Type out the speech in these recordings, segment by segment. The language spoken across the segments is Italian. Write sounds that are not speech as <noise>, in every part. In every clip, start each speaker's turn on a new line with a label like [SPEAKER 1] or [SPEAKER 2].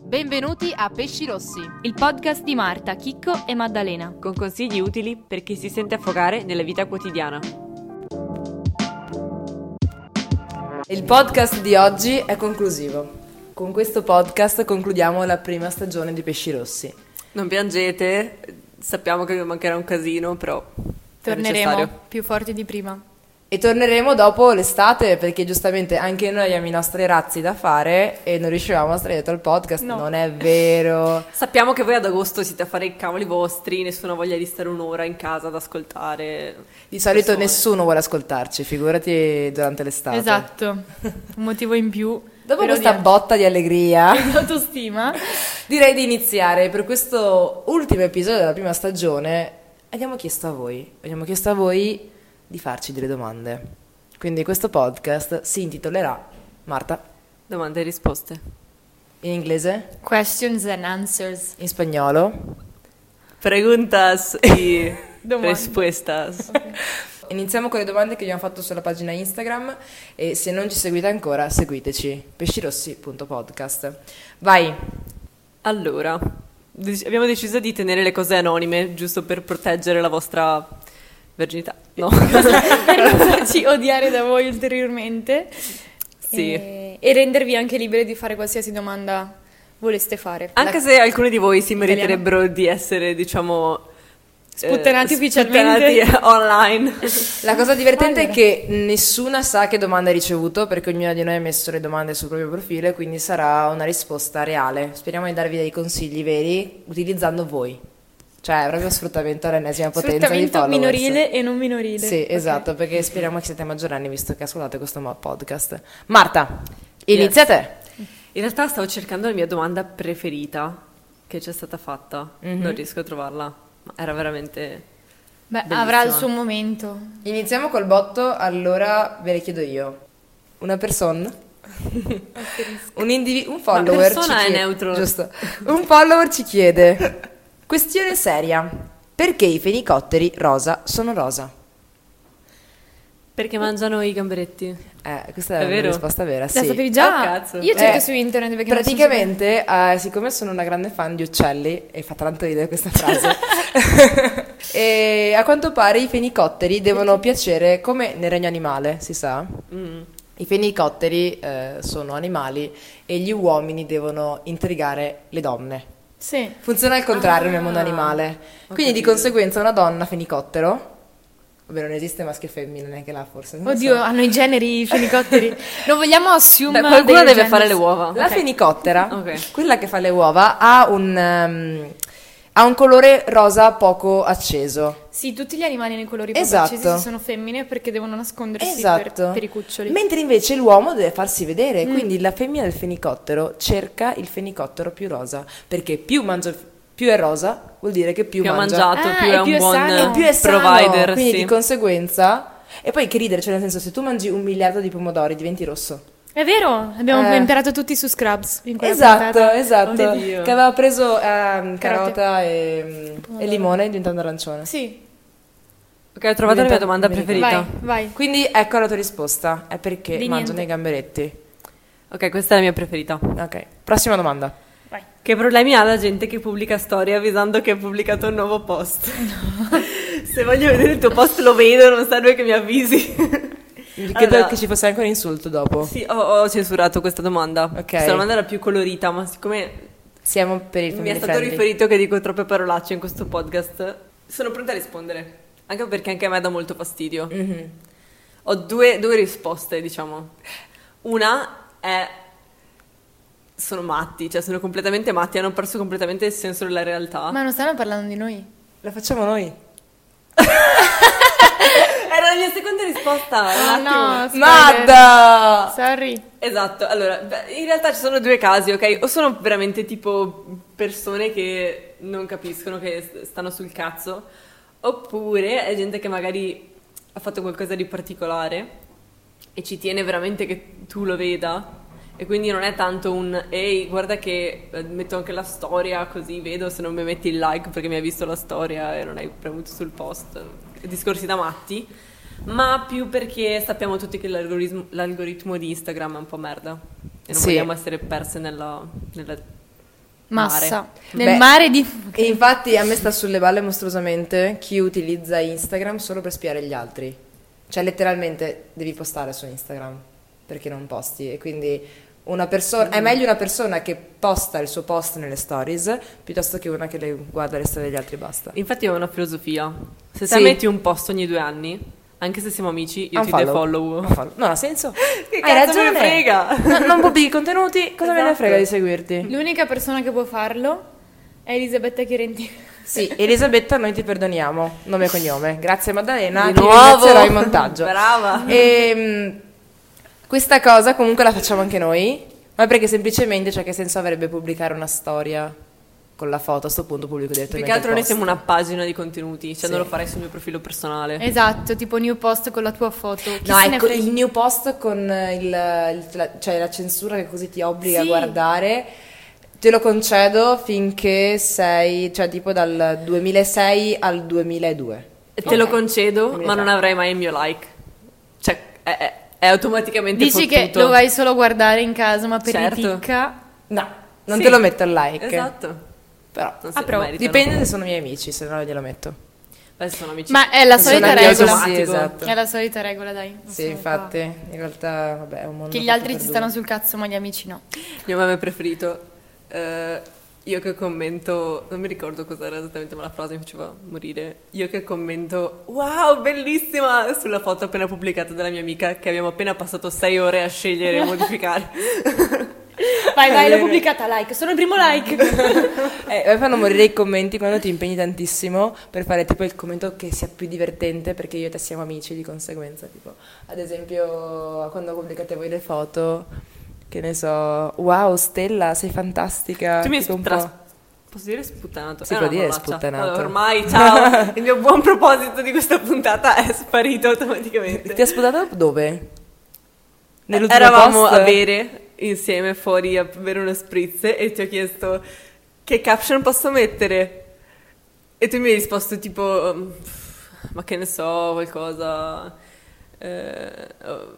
[SPEAKER 1] Benvenuti a Pesci Rossi.
[SPEAKER 2] Il podcast di Marta, Chicco e Maddalena.
[SPEAKER 3] con consigli utili per chi si sente affogare nella vita quotidiana.
[SPEAKER 4] Il podcast di oggi è conclusivo. Con questo podcast concludiamo la prima stagione di Pesci Rossi.
[SPEAKER 3] Non piangete, sappiamo che vi mancherà un casino, però è necessario.
[SPEAKER 1] Torneremo più forti di prima.
[SPEAKER 4] E torneremo dopo l'estate perché giustamente anche noi abbiamo i nostri razzi da fare e non riuscivamo a stare dietro al podcast.
[SPEAKER 1] No.
[SPEAKER 4] Non è vero.
[SPEAKER 3] Sappiamo che voi ad agosto siete a fare i cavoli vostri, nessuno ha voglia di stare un'ora in casa ad ascoltare.
[SPEAKER 4] Di solito
[SPEAKER 3] persone.
[SPEAKER 4] nessuno vuole ascoltarci, figurati durante l'estate.
[SPEAKER 1] Esatto, un motivo in più.
[SPEAKER 4] <laughs> Dopo
[SPEAKER 1] per
[SPEAKER 4] questa
[SPEAKER 5] <laughs>
[SPEAKER 1] odiare-
[SPEAKER 4] botta di allegria.
[SPEAKER 1] L'autostima.
[SPEAKER 4] Direi di iniziare per questo ultimo episodio della prima stagione. Abbiamo chiesto a voi, abbiamo chiesto a voi di farci delle domande. Quindi questo podcast si intitolerà Marta
[SPEAKER 3] Domande e risposte.
[SPEAKER 4] in inglese,
[SPEAKER 1] Questions and answers.
[SPEAKER 4] in spagnolo.
[SPEAKER 3] Preguntas e
[SPEAKER 1] Domande.
[SPEAKER 3] rispuestas.
[SPEAKER 4] Iniziamo con le domande che abbiamo fatto sulla pagina Instagram e se non ci seguite ancora seguiteci pescirossi.podcast. Vai,
[SPEAKER 3] Allora, dec- abbiamo deciso di tenere le cose anonime, giusto per proteggere la vostra verginità. No.
[SPEAKER 5] <laughs> per non farci odiare da voi ulteriormente
[SPEAKER 3] Sì.
[SPEAKER 5] e, e rendervi anche liberi di fare qualsiasi domanda voleste fare.
[SPEAKER 3] Anche se alcuni di voi si
[SPEAKER 5] Italiano.
[SPEAKER 3] meriterebbero di essere, diciamo,
[SPEAKER 5] Sputtanati
[SPEAKER 3] eh,
[SPEAKER 5] ufficialmente.
[SPEAKER 3] sputtanati <laughs> online.
[SPEAKER 4] La cosa divertente è che nessuna sa che domanda ha ricevuto perché ognuna di noi ha messo le domande sul proprio profilo e quindi sarà una risposta reale. Speriamo di darvi dei consigli veri utilizzando voi. Cioè, è proprio sfruttamento all'ennesima potenza di
[SPEAKER 5] Sfruttamento
[SPEAKER 4] followers.
[SPEAKER 5] minorile e non minorile.
[SPEAKER 4] Sì,
[SPEAKER 5] Ok.
[SPEAKER 4] esatto, perché speriamo che siete maggiorenni visto che ascoltate questo mo- podcast. Marta, inizia te.
[SPEAKER 3] In realtà stavo cercando la mia domanda preferita che ci è stata fatta. Non riesco a trovarla, ma era veramente...
[SPEAKER 1] Beh,
[SPEAKER 3] Bellissima.
[SPEAKER 1] avrà il suo momento.
[SPEAKER 4] Iniziamo col botto, allora ve le chiedo io. Una persona? un, indivi- un follower
[SPEAKER 3] persona
[SPEAKER 4] ci
[SPEAKER 3] è
[SPEAKER 4] chiede-
[SPEAKER 3] neutro.
[SPEAKER 4] Giusto. Un follower ci chiede: Questione seria: perché i fenicotteri rosa sono rosa?
[SPEAKER 3] Perché mangiano i gamberetti?
[SPEAKER 4] Eh, questa è,
[SPEAKER 3] È
[SPEAKER 4] una
[SPEAKER 3] vero?
[SPEAKER 4] risposta vera,
[SPEAKER 5] La
[SPEAKER 4] sì.
[SPEAKER 5] sapevi già?
[SPEAKER 3] Oh, cazzo.
[SPEAKER 5] Io cerco
[SPEAKER 4] Eh,
[SPEAKER 5] su internet perché non sono
[SPEAKER 4] Praticamente, eh, siccome sono una grande fan di uccelli, e fa tanto ridere
[SPEAKER 3] <laughs>
[SPEAKER 4] questa frase, <laughs> e a quanto pare i fenicotteri devono piacere come nel regno animale, si sa.
[SPEAKER 3] Mm.
[SPEAKER 4] I fenicotteri eh, sono animali e gli uomini devono intrigare le donne.
[SPEAKER 5] Sì.
[SPEAKER 4] Funziona al contrario nel
[SPEAKER 3] Ah,
[SPEAKER 4] mondo animale. Quindi di conseguenza una donna fenicottero, ovvero non esiste maschio e femmina neanche là forse. non
[SPEAKER 1] Oddio,
[SPEAKER 3] ah,
[SPEAKER 4] so.
[SPEAKER 1] hanno i generi
[SPEAKER 4] <laughs>
[SPEAKER 1] i fenicotteri. Non vogliamo assumere.
[SPEAKER 3] Beh, qualcuno deve fare le uova.
[SPEAKER 4] La fenicottera,
[SPEAKER 3] Ok.
[SPEAKER 4] quella che fa le uova, ha un, ehm, ha un colore rosa poco acceso.
[SPEAKER 5] Sì, tutti gli animali nei colori più
[SPEAKER 4] Esatto.
[SPEAKER 5] accesi si sono femmine perché devono nascondersi per, per i cuccioli. Mm.
[SPEAKER 4] Mentre invece l'uomo deve farsi vedere, quindi la femmina del fenicottero cerca il fenicottero più rosa, perché più, mangia- più è rosa vuol dire che più,
[SPEAKER 3] Più ha
[SPEAKER 4] mangia.
[SPEAKER 3] mangiato,
[SPEAKER 5] Ah,
[SPEAKER 3] più
[SPEAKER 5] e
[SPEAKER 3] è un
[SPEAKER 5] più è
[SPEAKER 3] buon
[SPEAKER 5] sano.
[SPEAKER 4] E più è sano,
[SPEAKER 3] provider,
[SPEAKER 4] quindi
[SPEAKER 3] sì.
[SPEAKER 4] di conseguenza... E poi che ridere, cioè nel senso se tu mangi un miliardo di pomodori diventi rosso.
[SPEAKER 5] È vero, abbiamo
[SPEAKER 4] Eh.
[SPEAKER 5] imparato tutti su Scrubs. In quella
[SPEAKER 4] Esatto,
[SPEAKER 5] puntata. oh
[SPEAKER 4] esatto.
[SPEAKER 3] Oddio.
[SPEAKER 4] Che aveva preso ehm,
[SPEAKER 5] Carote.
[SPEAKER 4] carota e, e limone diventando arancione.
[SPEAKER 5] Sì,
[SPEAKER 3] Ok, ho trovato la mia
[SPEAKER 4] Diventa-
[SPEAKER 3] domanda
[SPEAKER 4] mi ricordo.
[SPEAKER 3] preferita.
[SPEAKER 5] vai, vai.
[SPEAKER 4] Quindi ecco la tua risposta, è perché
[SPEAKER 5] Di
[SPEAKER 4] mangiano
[SPEAKER 5] niente.
[SPEAKER 4] i gamberetti.
[SPEAKER 3] Ok, questa è la mia preferita.
[SPEAKER 4] Ok, prossima domanda.
[SPEAKER 3] Che problemi ha la gente che pubblica storie avvisando che ha pubblicato un nuovo
[SPEAKER 4] <laughs>
[SPEAKER 3] post? Se voglio vedere il tuo post lo vedo, non serve che mi avvisi.
[SPEAKER 4] Credo
[SPEAKER 3] Allora,
[SPEAKER 4] che ci fosse anche un insulto dopo.
[SPEAKER 3] Sì, ho, ho censurato questa domanda. Questa domanda era più colorita, ma siccome
[SPEAKER 4] Siamo per il
[SPEAKER 3] mi è
[SPEAKER 4] family
[SPEAKER 3] stato
[SPEAKER 4] friendly.
[SPEAKER 3] riferito che dico troppe parolacce in questo podcast, sono pronta a rispondere. Anche perché anche a me dà molto fastidio.
[SPEAKER 4] Mm. Mhm.
[SPEAKER 3] Ho due, due risposte, diciamo. Una è... Sono matti, cioè sono completamente matti, hanno perso completamente il senso della realtà.
[SPEAKER 1] Ma non stanno parlando di noi.
[SPEAKER 4] La facciamo noi.
[SPEAKER 3] Era la mia seconda risposta.
[SPEAKER 1] Ah,
[SPEAKER 3] un attimo.
[SPEAKER 1] no, spoiler.
[SPEAKER 4] Madda!
[SPEAKER 1] Sorry.
[SPEAKER 3] Esatto, allora, beh, in realtà ci sono due casi, ok? O sono veramente tipo persone che non capiscono, che s- stanno sul cazzo, oppure è gente che magari ha fatto qualcosa di particolare e ci tiene veramente che tu lo veda E quindi non è tanto un ehi, guarda che eh, metto anche la storia così vedo se non mi metti il like perché mi hai visto la storia e non hai premuto sul post. Discorsi da matti. Ma più perché sappiamo tutti che l'algoritmo, l'algoritmo di Instagram è un po' merda. E non
[SPEAKER 4] Sì.
[SPEAKER 3] vogliamo essere perse nella, nella
[SPEAKER 1] Massa.
[SPEAKER 3] mare.
[SPEAKER 1] Nel
[SPEAKER 4] Beh,
[SPEAKER 1] mare di...
[SPEAKER 4] <laughs> E infatti a me sta sulle balle mostruosamente chi utilizza Instagram solo per spiare gli altri. Cioè letteralmente devi postare su Instagram perché non posti e quindi una persona è meglio una persona che posta il suo post nelle stories piuttosto che una che le guarda le storie degli altri e basta.
[SPEAKER 3] Infatti è una filosofia. Se
[SPEAKER 4] Sì.
[SPEAKER 3] te metti un post ogni due anni, anche se siamo amici, io ti
[SPEAKER 4] Unfollow.
[SPEAKER 3] defollow.
[SPEAKER 4] Unfollow. Non ha senso.
[SPEAKER 3] <laughs> Che
[SPEAKER 4] Hai
[SPEAKER 3] cazzo me
[SPEAKER 4] ragione.
[SPEAKER 3] ne frega?
[SPEAKER 4] No, non pubblichi contenuti, cosa me ne
[SPEAKER 3] Esatto.
[SPEAKER 4] frega di seguirti?
[SPEAKER 5] L'unica persona che può farlo è Elisabetta
[SPEAKER 3] <laughs>
[SPEAKER 5] Chirentini.
[SPEAKER 4] Sì, Elisabetta, noi ti perdoniamo, nome e cognome. Grazie Maddalena,
[SPEAKER 3] Di
[SPEAKER 4] ti
[SPEAKER 3] nuovo.
[SPEAKER 4] ringrazierò in montaggio.
[SPEAKER 3] Brava.
[SPEAKER 4] Ehm, questa cosa comunque la facciamo anche noi, ma perché semplicemente, cioè che senso avrebbe pubblicare una storia con la foto, a sto punto pubblico
[SPEAKER 3] Più
[SPEAKER 4] direttamente
[SPEAKER 3] che altro
[SPEAKER 4] il
[SPEAKER 3] noi
[SPEAKER 4] post.
[SPEAKER 3] siamo una pagina di contenuti, cioè
[SPEAKER 4] Sì.
[SPEAKER 3] non lo farei sul mio profilo personale.
[SPEAKER 1] Esatto, tipo new post con la tua foto. Chi
[SPEAKER 4] No,
[SPEAKER 1] se ne
[SPEAKER 4] ecco,
[SPEAKER 1] frega?
[SPEAKER 4] il new post con eh, il, il- la, cioè la censura che così ti obbliga a
[SPEAKER 1] Sì.
[SPEAKER 4] guardare, te lo concedo finché sei, cioè tipo dal 2006 al 2002.
[SPEAKER 3] E Te lo concedo,
[SPEAKER 4] Mi
[SPEAKER 3] ma non
[SPEAKER 4] piace.
[SPEAKER 3] avrai mai il mio like. Cioè, è, è- è automaticamente
[SPEAKER 1] Dici che
[SPEAKER 3] fottuto.
[SPEAKER 1] lo vai solo a guardare in casa, ma per
[SPEAKER 3] Certo.
[SPEAKER 1] i ticca...
[SPEAKER 4] No, non
[SPEAKER 3] Sì.
[SPEAKER 4] te lo metto al like.
[SPEAKER 3] Esatto.
[SPEAKER 4] Però
[SPEAKER 3] Non
[SPEAKER 4] Ah,
[SPEAKER 3] se lo
[SPEAKER 4] però,
[SPEAKER 3] meritano.
[SPEAKER 4] dipende se sono miei amici, se no glielo metto.
[SPEAKER 3] Beh, sono amici.
[SPEAKER 1] Ma è la
[SPEAKER 4] Sono
[SPEAKER 1] solita
[SPEAKER 4] anch'io
[SPEAKER 1] regola.
[SPEAKER 4] così, esatto.
[SPEAKER 1] È la solita regola, dai. Non
[SPEAKER 4] Sì,
[SPEAKER 1] sono
[SPEAKER 4] infatti,
[SPEAKER 1] qua.
[SPEAKER 4] in realtà vabbè, è un mondo
[SPEAKER 1] Che gli
[SPEAKER 4] fatto
[SPEAKER 1] altri
[SPEAKER 4] per
[SPEAKER 1] ci
[SPEAKER 4] due.
[SPEAKER 1] stanno sul cazzo, ma gli amici no.
[SPEAKER 3] Il mio meme preferito. eh, io che commento, non mi ricordo cos'era esattamente, ma la frase mi faceva morire. Io che commento, wow, bellissima! Sulla foto appena pubblicata dalla mia amica, che abbiamo appena passato sei ore a scegliere e modificare.
[SPEAKER 5] Vai, vai, l'ho pubblicata, like. Sono il primo
[SPEAKER 4] <laughs>
[SPEAKER 5] like.
[SPEAKER 4] Eh, a me fanno morire i commenti quando ti impegni tantissimo per fare tipo il commento che sia più divertente perché io e te siamo amici di conseguenza, tipo ad esempio quando pubblicate voi le foto che ne so, wow Stella sei fantastica,
[SPEAKER 3] tu mi hai
[SPEAKER 4] tipo un
[SPEAKER 3] sputtanato.
[SPEAKER 4] po'.
[SPEAKER 3] Posso dire sputtanato?
[SPEAKER 4] Si
[SPEAKER 3] Eh,
[SPEAKER 4] può
[SPEAKER 3] no,
[SPEAKER 4] dire
[SPEAKER 3] parolaccia.
[SPEAKER 4] sputtanato.
[SPEAKER 3] Vabbè,
[SPEAKER 4] <laughs>
[SPEAKER 3] ormai, ciao! Il mio buon proposito di questa puntata è sparito automaticamente.
[SPEAKER 4] Ti ha sputato dove? Nell'ultimo
[SPEAKER 3] Eravamo
[SPEAKER 4] post?
[SPEAKER 3] a bere insieme fuori a bere una spritz e ti ho chiesto che caption posso mettere. E tu mi hai risposto tipo, "Mm, ma che ne so, qualcosa... eh,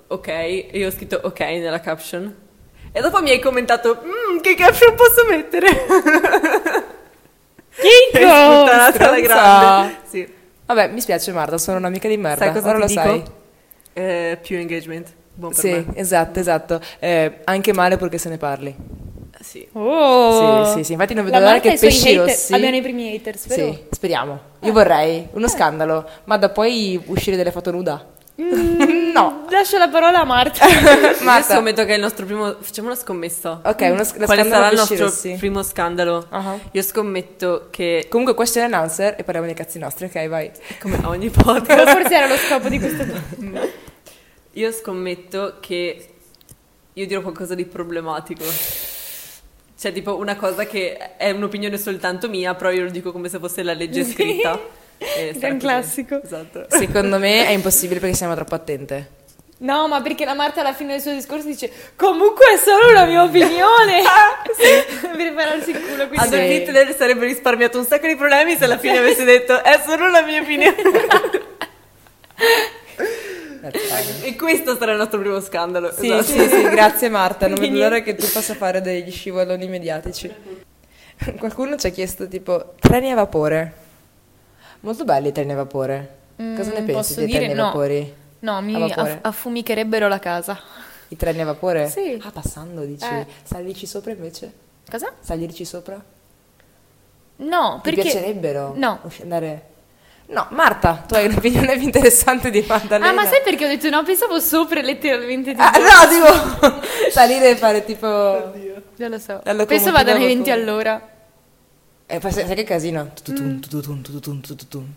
[SPEAKER 3] ok, e io ho scritto ok nella caption. E dopo mi hai commentato, "Mm, che caption posso mettere? Sei sputtanata alla grande.
[SPEAKER 4] stronza.
[SPEAKER 3] Sì.
[SPEAKER 4] Vabbè, mi spiace Marta, sono un'amica di merda.
[SPEAKER 3] Sai cosa
[SPEAKER 4] Ora
[SPEAKER 3] ti
[SPEAKER 4] lo
[SPEAKER 3] dico?
[SPEAKER 4] sai.
[SPEAKER 3] Eh, più engagement. Buon per
[SPEAKER 4] Sì,
[SPEAKER 3] me.
[SPEAKER 4] esatto, esatto. Eh, anche male perché se ne parli.
[SPEAKER 3] Sì.
[SPEAKER 5] Oh.
[SPEAKER 4] Sì, sì, sì. Infatti non vedo
[SPEAKER 5] La
[SPEAKER 4] l'ora
[SPEAKER 5] Marta e
[SPEAKER 4] che
[SPEAKER 5] i suoi
[SPEAKER 4] pesci
[SPEAKER 5] hater
[SPEAKER 4] rossi.
[SPEAKER 5] abbiano i primi hater, spero.
[SPEAKER 4] Sì, speriamo.
[SPEAKER 3] Eh.
[SPEAKER 4] Io vorrei uno scandalo, ma da poi uscire delle foto nuda. no.
[SPEAKER 5] Lascio la parola a
[SPEAKER 4] <laughs>
[SPEAKER 5] Marta.
[SPEAKER 3] Io
[SPEAKER 4] Marta.
[SPEAKER 3] scommetto che è il nostro primo. Facciamo una scommessa.
[SPEAKER 4] Ok, uno sc- lo
[SPEAKER 3] Quale
[SPEAKER 4] scandalo
[SPEAKER 3] sarà il
[SPEAKER 4] pesci
[SPEAKER 3] nostro
[SPEAKER 4] rossi?
[SPEAKER 3] primo scandalo?
[SPEAKER 4] Ah.
[SPEAKER 3] Io scommetto che,
[SPEAKER 4] Comunque question and answer e parliamo dei cazzi nostri, ok, vai.
[SPEAKER 3] come <laughs> ogni podcast,
[SPEAKER 5] Forse era lo scopo di questo
[SPEAKER 3] io scommetto che io dirò qualcosa di problematico. Cioè, tipo una cosa che è un'opinione soltanto mia, però io lo dico come se fosse
[SPEAKER 4] <laughs>
[SPEAKER 3] la legge scritta. E sarà
[SPEAKER 5] Gran
[SPEAKER 3] così.
[SPEAKER 5] classico.
[SPEAKER 3] Esatto.
[SPEAKER 4] Secondo me è impossibile perché siamo troppo attente.
[SPEAKER 5] No, ma perché la Marta alla fine del suo discorso dice comunque è solo una mia
[SPEAKER 4] <laughs>
[SPEAKER 5] opinione.
[SPEAKER 4] Ah,
[SPEAKER 5] <laughs> per pararsi il culo, quindi
[SPEAKER 3] Adolf Hitler sarebbe risparmiato un sacco di problemi se alla fine avesse detto è solo la mia opinione. <laughs> e questo sarà il nostro primo scandalo.
[SPEAKER 4] Sì,
[SPEAKER 3] esatto.
[SPEAKER 4] sì, sì, grazie Marta. Non vedo l'ora che tu possa fare degli scivoloni mediatici. Qualcuno ci ha chiesto tipo treni a vapore. Molto belli i treni a vapore. Cosa ne
[SPEAKER 1] Mm,
[SPEAKER 4] pensi
[SPEAKER 1] posso
[SPEAKER 4] dei
[SPEAKER 1] dire?
[SPEAKER 4] treni a
[SPEAKER 1] No.
[SPEAKER 4] vapori?
[SPEAKER 1] No, mi
[SPEAKER 4] A vapore.
[SPEAKER 1] aff- affumicherebbero la casa.
[SPEAKER 4] I treni a vapore?
[SPEAKER 1] Sì.
[SPEAKER 4] Ah, passando dici.
[SPEAKER 1] Eh.
[SPEAKER 4] Salirci sopra invece?
[SPEAKER 1] Cosa?
[SPEAKER 4] Salirci sopra?
[SPEAKER 1] No, perché...
[SPEAKER 4] Ti piacerebbero?
[SPEAKER 1] No.
[SPEAKER 4] Usci- Andare... No, Marta, tu hai un'opinione più interessante di Maddalena.
[SPEAKER 1] Ah, ma sai perché ho detto no? Pensavo sopra letteralmente.
[SPEAKER 4] Ah, no, tipo salire e fare tipo...
[SPEAKER 1] Non lo so.
[SPEAKER 4] La
[SPEAKER 1] Penso
[SPEAKER 4] locomotiva
[SPEAKER 1] vadano ai
[SPEAKER 4] vapore.
[SPEAKER 1] 20 all'ora.
[SPEAKER 4] Eh, poi sai sai che
[SPEAKER 1] Mm.
[SPEAKER 4] casino? Tututun, tututun, tututun, tututun.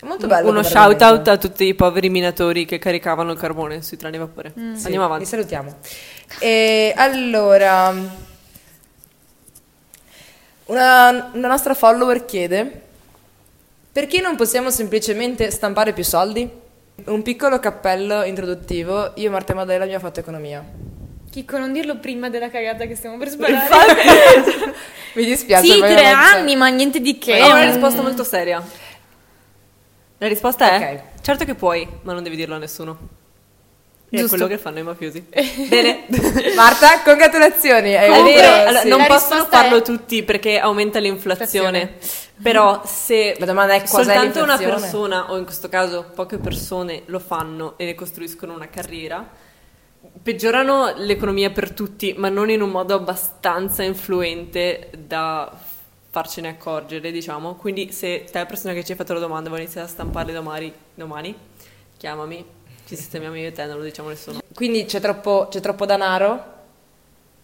[SPEAKER 4] È molto bello.
[SPEAKER 3] Uno
[SPEAKER 4] come
[SPEAKER 3] shout out
[SPEAKER 4] argomento.
[SPEAKER 3] a tutti i poveri minatori che caricavano il carbone sui treni a vapore.
[SPEAKER 4] Sì, Esatto.
[SPEAKER 3] Andiamo
[SPEAKER 4] Vi
[SPEAKER 3] avanti.
[SPEAKER 4] salutiamo. E allora, una, una nostra follower chiede: perché non possiamo semplicemente stampare più soldi? Un piccolo cappello introduttivo. Io, Marta e Maddalena abbiamo fatto economia.
[SPEAKER 5] Chicco, non dirlo prima della cagata che stiamo per sparare.
[SPEAKER 4] Mi dispiace.
[SPEAKER 1] sì,
[SPEAKER 4] ma io
[SPEAKER 1] tre
[SPEAKER 4] non so.
[SPEAKER 1] anni, ma niente di che.
[SPEAKER 3] È una
[SPEAKER 1] Mm.
[SPEAKER 3] risposta molto seria. La risposta è:
[SPEAKER 4] Ok.
[SPEAKER 3] Certo che puoi, ma non devi dirlo a nessuno. E
[SPEAKER 1] Giusto.
[SPEAKER 3] È quello che fanno i <laughs> mafiosi. Bene.
[SPEAKER 4] Marta, congratulazioni. hai
[SPEAKER 3] È
[SPEAKER 4] vinto.
[SPEAKER 3] vero, allora,
[SPEAKER 5] sì.
[SPEAKER 3] non
[SPEAKER 5] La
[SPEAKER 3] possono
[SPEAKER 5] risposta
[SPEAKER 3] farlo
[SPEAKER 5] è-
[SPEAKER 3] tutti perché aumenta l'inflazione. Però se
[SPEAKER 4] La domanda è cos'è
[SPEAKER 3] soltanto una
[SPEAKER 4] l'inflazione?
[SPEAKER 3] persona, o in questo caso poche persone, lo fanno e ne costruiscono una carriera, peggiorano l'economia per tutti, ma non in un modo abbastanza influente da farcene accorgere, diciamo. Quindi se te, persona che ci hai fatto la domanda, vuoi iniziare a stamparle domani, domani chiamami, ci sistemiamo io e te, non lo diciamo a nessuno.
[SPEAKER 4] Quindi c'è troppo, c'è troppo denaro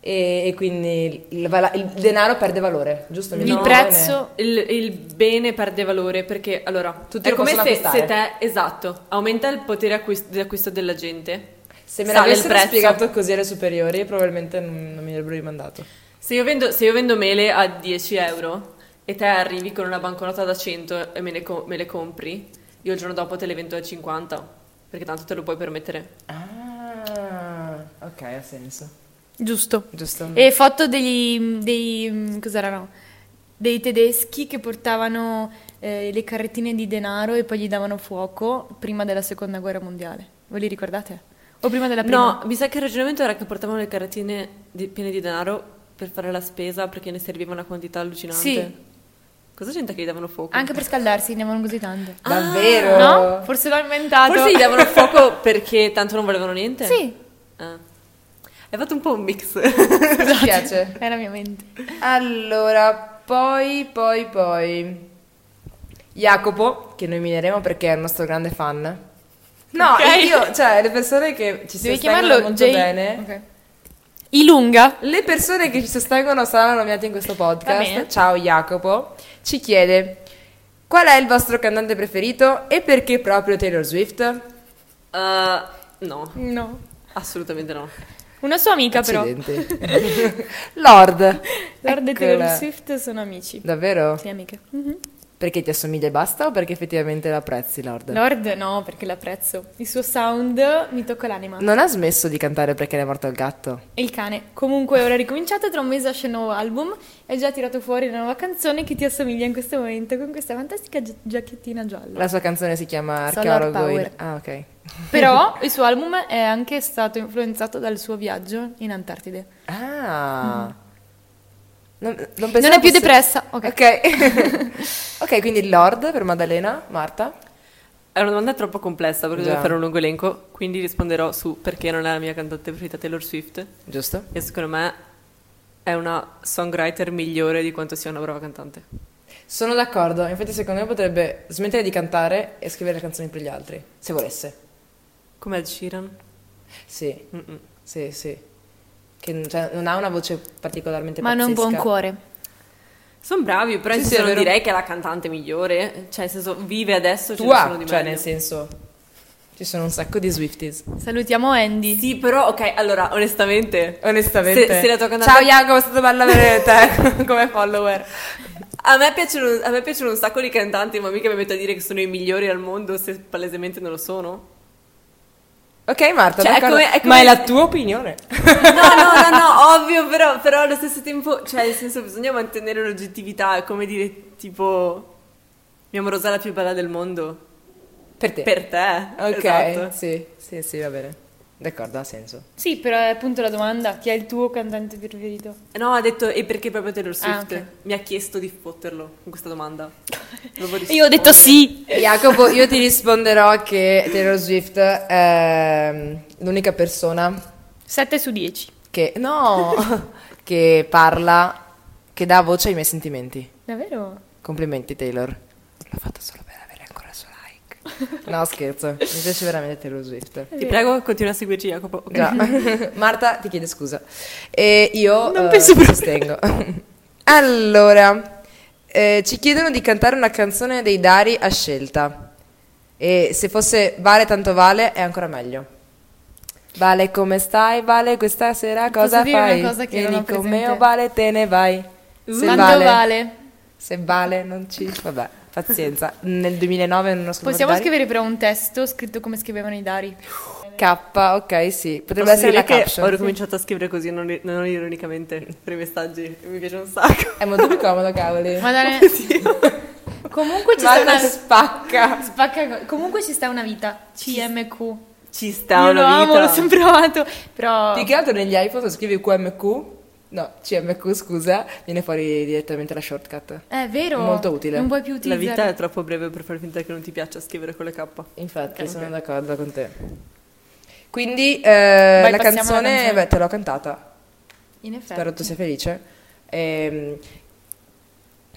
[SPEAKER 4] e, e quindi il, vala- il denaro perde valore, giusto? Mi
[SPEAKER 1] Il
[SPEAKER 4] dico
[SPEAKER 1] prezzo-
[SPEAKER 3] Il, il bene perde valore perché allora
[SPEAKER 4] Tutti
[SPEAKER 3] è
[SPEAKER 4] lo
[SPEAKER 3] come se,
[SPEAKER 4] possono
[SPEAKER 3] se
[SPEAKER 4] acquistare.
[SPEAKER 3] te esatto aumenta il potere acquist- di acquisto della gente.
[SPEAKER 4] bene. Se me
[SPEAKER 3] sale il
[SPEAKER 4] l'avessero
[SPEAKER 3] prezzo.
[SPEAKER 4] spiegato così alle superiori, probabilmente non, non mi avrebbero rimandato.
[SPEAKER 3] Se io, vendo, se io vendo mele a 10 euro e te arrivi con una banconota da 100 e me, ne co- me le compri, io il giorno dopo te le vendo a 50 perché tanto te lo puoi permettere.
[SPEAKER 4] Ah, ok, ha senso.
[SPEAKER 1] Giusto.
[SPEAKER 4] Giusto.
[SPEAKER 1] E foto degli, dei, cos'erano? Dei tedeschi che portavano eh, le carrettine di denaro e poi gli davano fuoco prima della seconda guerra mondiale. Voi li ricordate? O prima della prima?
[SPEAKER 3] No, mi sa che il ragionamento era che portavano le carrettine di- piene di denaro per fare la spesa perché ne serviva una quantità allucinante.
[SPEAKER 1] Sì.
[SPEAKER 3] Cosa c'entra che gli davano fuoco?
[SPEAKER 1] Anche per scaldarsi, ne avevano così tante.
[SPEAKER 4] Davvero?
[SPEAKER 1] Ah, No? Forse l'ho inventato.
[SPEAKER 3] Forse gli davano fuoco perché tanto non volevano niente?
[SPEAKER 1] Sì.
[SPEAKER 3] Ah. Hai fatto un po' un
[SPEAKER 4] <laughs>
[SPEAKER 3] mix.
[SPEAKER 4] Mi piace.
[SPEAKER 1] È la mia mente.
[SPEAKER 4] Allora, poi, poi, poi. Jacopo, che nomineremo perché è il nostro grande fan. No, io, cioè, le persone che ci
[SPEAKER 1] Devi
[SPEAKER 4] sostengono
[SPEAKER 1] chiamarlo
[SPEAKER 4] molto
[SPEAKER 1] Jay.
[SPEAKER 4] bene.
[SPEAKER 1] Ok. Ilunga.
[SPEAKER 4] Le persone che ci sostengono saranno nominate in questo
[SPEAKER 1] Va
[SPEAKER 4] podcast.
[SPEAKER 1] bene.
[SPEAKER 4] Ciao Jacopo. Ci chiede qual è il vostro cantante preferito e perché proprio Taylor Swift?
[SPEAKER 3] <laughs> Eh, no,
[SPEAKER 1] No.
[SPEAKER 3] assolutamente no.
[SPEAKER 1] Una sua amica però.
[SPEAKER 4] Accidenti. <laughs> Lord.
[SPEAKER 1] Lord
[SPEAKER 4] Eccola.
[SPEAKER 1] e
[SPEAKER 4] Mhm.
[SPEAKER 1] Taylor Swift sono amici.
[SPEAKER 4] Davvero?
[SPEAKER 1] Sì, amiche.
[SPEAKER 4] Perché ti assomiglia e basta o perché effettivamente la apprezzi Lord?
[SPEAKER 1] Lord no, perché l'apprezzo. Il suo sound mi tocca l'anima.
[SPEAKER 4] Non ha smesso di cantare perché le è morto il gatto.
[SPEAKER 1] E il cane. Comunque ora è ricominciato, tra un mese esce il nuovo album e ho già tirato fuori una nuova canzone che ti assomiglia in questo momento con questa fantastica gi- giacchettina gialla.
[SPEAKER 4] La sua canzone si chiama
[SPEAKER 1] Solar
[SPEAKER 4] Archeologo in...
[SPEAKER 1] Power.
[SPEAKER 4] Ah, ok.
[SPEAKER 1] Però il suo album è anche stato influenzato dal suo viaggio in Antartide.
[SPEAKER 4] Ah.
[SPEAKER 3] Mm.
[SPEAKER 4] Non, non,
[SPEAKER 1] Non
[SPEAKER 4] pensavo
[SPEAKER 1] è più
[SPEAKER 4] fosse-
[SPEAKER 1] depressa. Ok.
[SPEAKER 4] Ok. <laughs> ok, quindi Lord per Maddalena, Marta.
[SPEAKER 3] È una domanda troppo complessa perché
[SPEAKER 4] Già.
[SPEAKER 3] devo fare un lungo elenco, quindi risponderò su perché non è la mia cantante preferita Taylor Swift.
[SPEAKER 4] Giusto?
[SPEAKER 3] E secondo me è una songwriter migliore di quanto sia una brava cantante.
[SPEAKER 4] Sono d'accordo, infatti secondo me potrebbe smettere di cantare e scrivere canzoni per gli altri, se volesse.
[SPEAKER 3] Come Ed Sheeran.
[SPEAKER 4] Sì,
[SPEAKER 3] Mm-mm.
[SPEAKER 4] sì, sì. Che cioè, non ha una voce particolarmente
[SPEAKER 1] Ma non
[SPEAKER 4] pazzesca.
[SPEAKER 1] buon cuore.
[SPEAKER 3] Sono bravi, però
[SPEAKER 4] Sì,
[SPEAKER 3] io
[SPEAKER 4] sì, è
[SPEAKER 3] non
[SPEAKER 4] vero.
[SPEAKER 3] direi che è la cantante migliore. Cioè, nel senso, vive adesso, ce ne sono
[SPEAKER 4] Tua,
[SPEAKER 3] di
[SPEAKER 4] cioè
[SPEAKER 3] meglio.
[SPEAKER 4] nel senso, ci sono un sacco di Swifties.
[SPEAKER 1] Salutiamo Andy.
[SPEAKER 3] Sì, però, ok, allora, onestamente...
[SPEAKER 4] Onestamente.
[SPEAKER 3] Se- se la tua cantante-
[SPEAKER 4] Ciao Jacopo, è stato bello avere
[SPEAKER 3] <laughs>
[SPEAKER 4] te come follower.
[SPEAKER 3] Eh, A me, piacciono, a me piacciono un sacco di cantanti, ma mica mi metto a dire che sono i migliori al mondo se palesemente non lo sono.
[SPEAKER 4] <laughs> Ok Marta,
[SPEAKER 3] Cioè, è
[SPEAKER 4] d'accordo.
[SPEAKER 3] come- è come-
[SPEAKER 4] ma è la tua opinione.
[SPEAKER 3] No, no, no, <laughs> no, ovvio, però, però allo stesso tempo, cioè, nel senso, bisogna mantenere l'oggettività. È come dire, tipo, mia morosa è la più bella del mondo.
[SPEAKER 4] Per te.
[SPEAKER 3] Per te.
[SPEAKER 4] ok,
[SPEAKER 3] esatto.
[SPEAKER 4] sì, sì, sì, va bene. D'accordo, ha senso.
[SPEAKER 5] Sì, però è appunto la domanda: chi è il tuo cantante preferito?
[SPEAKER 3] No, ha detto, e perché proprio Taylor Swift?
[SPEAKER 5] ok.
[SPEAKER 3] Mi ha chiesto di fotterlo con questa <laughs> domanda. Dovevo
[SPEAKER 1] Io ho detto
[SPEAKER 3] rispondere.
[SPEAKER 1] sì.
[SPEAKER 4] Jacopo, io <laughs> ti risponderò che Taylor Swift è l'unica persona
[SPEAKER 1] 7 su 10.
[SPEAKER 4] che <laughs> no, che parla, che dà voce ai miei sentimenti.
[SPEAKER 1] Davvero?
[SPEAKER 4] Complimenti Taylor. L'ho fatto solo per avere ancora il suo <laughs> like. No, scherzo, mi piace veramente Taylor Swift.
[SPEAKER 3] Ti prego, continua a seguirci, Jacopo. ok?
[SPEAKER 4] Già. Marta ti chiede scusa. E io
[SPEAKER 1] Non
[SPEAKER 4] eh,
[SPEAKER 1] penso
[SPEAKER 4] ti sostengo. <laughs> allora, eh, ci chiedono di cantare una canzone dei Dari a scelta. E se fosse Vale tanto vale è ancora meglio. Vale come stai? Vale questa sera cosa
[SPEAKER 5] dire una
[SPEAKER 4] fai?
[SPEAKER 5] cosa che non
[SPEAKER 4] Vieni
[SPEAKER 5] ho
[SPEAKER 4] con me
[SPEAKER 5] presente?
[SPEAKER 4] o Vale te ne vai? Se
[SPEAKER 1] Uh, Tanto vale.
[SPEAKER 4] Se vale non ci... Vabbè, pazienza. Nel 2009 non ho ascoltato
[SPEAKER 1] Possiamo
[SPEAKER 4] Dari.
[SPEAKER 1] scrivere però un testo scritto come scrivevano i Dari.
[SPEAKER 4] K, ok, sì. Potrebbe
[SPEAKER 3] Posso
[SPEAKER 4] essere
[SPEAKER 3] dire
[SPEAKER 4] la
[SPEAKER 3] che ho
[SPEAKER 4] caption.
[SPEAKER 3] ricominciato a scrivere così, non, non ironicamente, per i messaggi. Mi piace un sacco.
[SPEAKER 4] È molto più comodo, cavoli.
[SPEAKER 1] Madonna, comunque ci sta
[SPEAKER 4] Guarda,
[SPEAKER 1] una...
[SPEAKER 4] spacca.
[SPEAKER 1] spacca- Comunque ci sta una vita. CMQ.
[SPEAKER 3] Ci sta
[SPEAKER 1] Io lo
[SPEAKER 3] una
[SPEAKER 1] amo,
[SPEAKER 3] vita.
[SPEAKER 1] l'ho sempre amato. Però...
[SPEAKER 4] Più che altro negli iPhone se scrivi QMQ, no, CMQ scusa, viene fuori direttamente la shortcut.
[SPEAKER 1] È vero.
[SPEAKER 4] Molto utile.
[SPEAKER 1] Non puoi più
[SPEAKER 3] La
[SPEAKER 1] utilizzare.
[SPEAKER 3] vita è troppo breve per far finta che non ti piaccia scrivere con le K.
[SPEAKER 4] Infatti,
[SPEAKER 1] Ok,
[SPEAKER 4] sono
[SPEAKER 1] ok.
[SPEAKER 4] d'accordo con te. Quindi eh,
[SPEAKER 1] Vai,
[SPEAKER 4] la
[SPEAKER 1] passiamo alla
[SPEAKER 4] canzone,
[SPEAKER 1] canzone. Certo.
[SPEAKER 4] beh, te l'ho cantata,
[SPEAKER 1] In effetti.
[SPEAKER 4] spero tu sia felice. Ehm,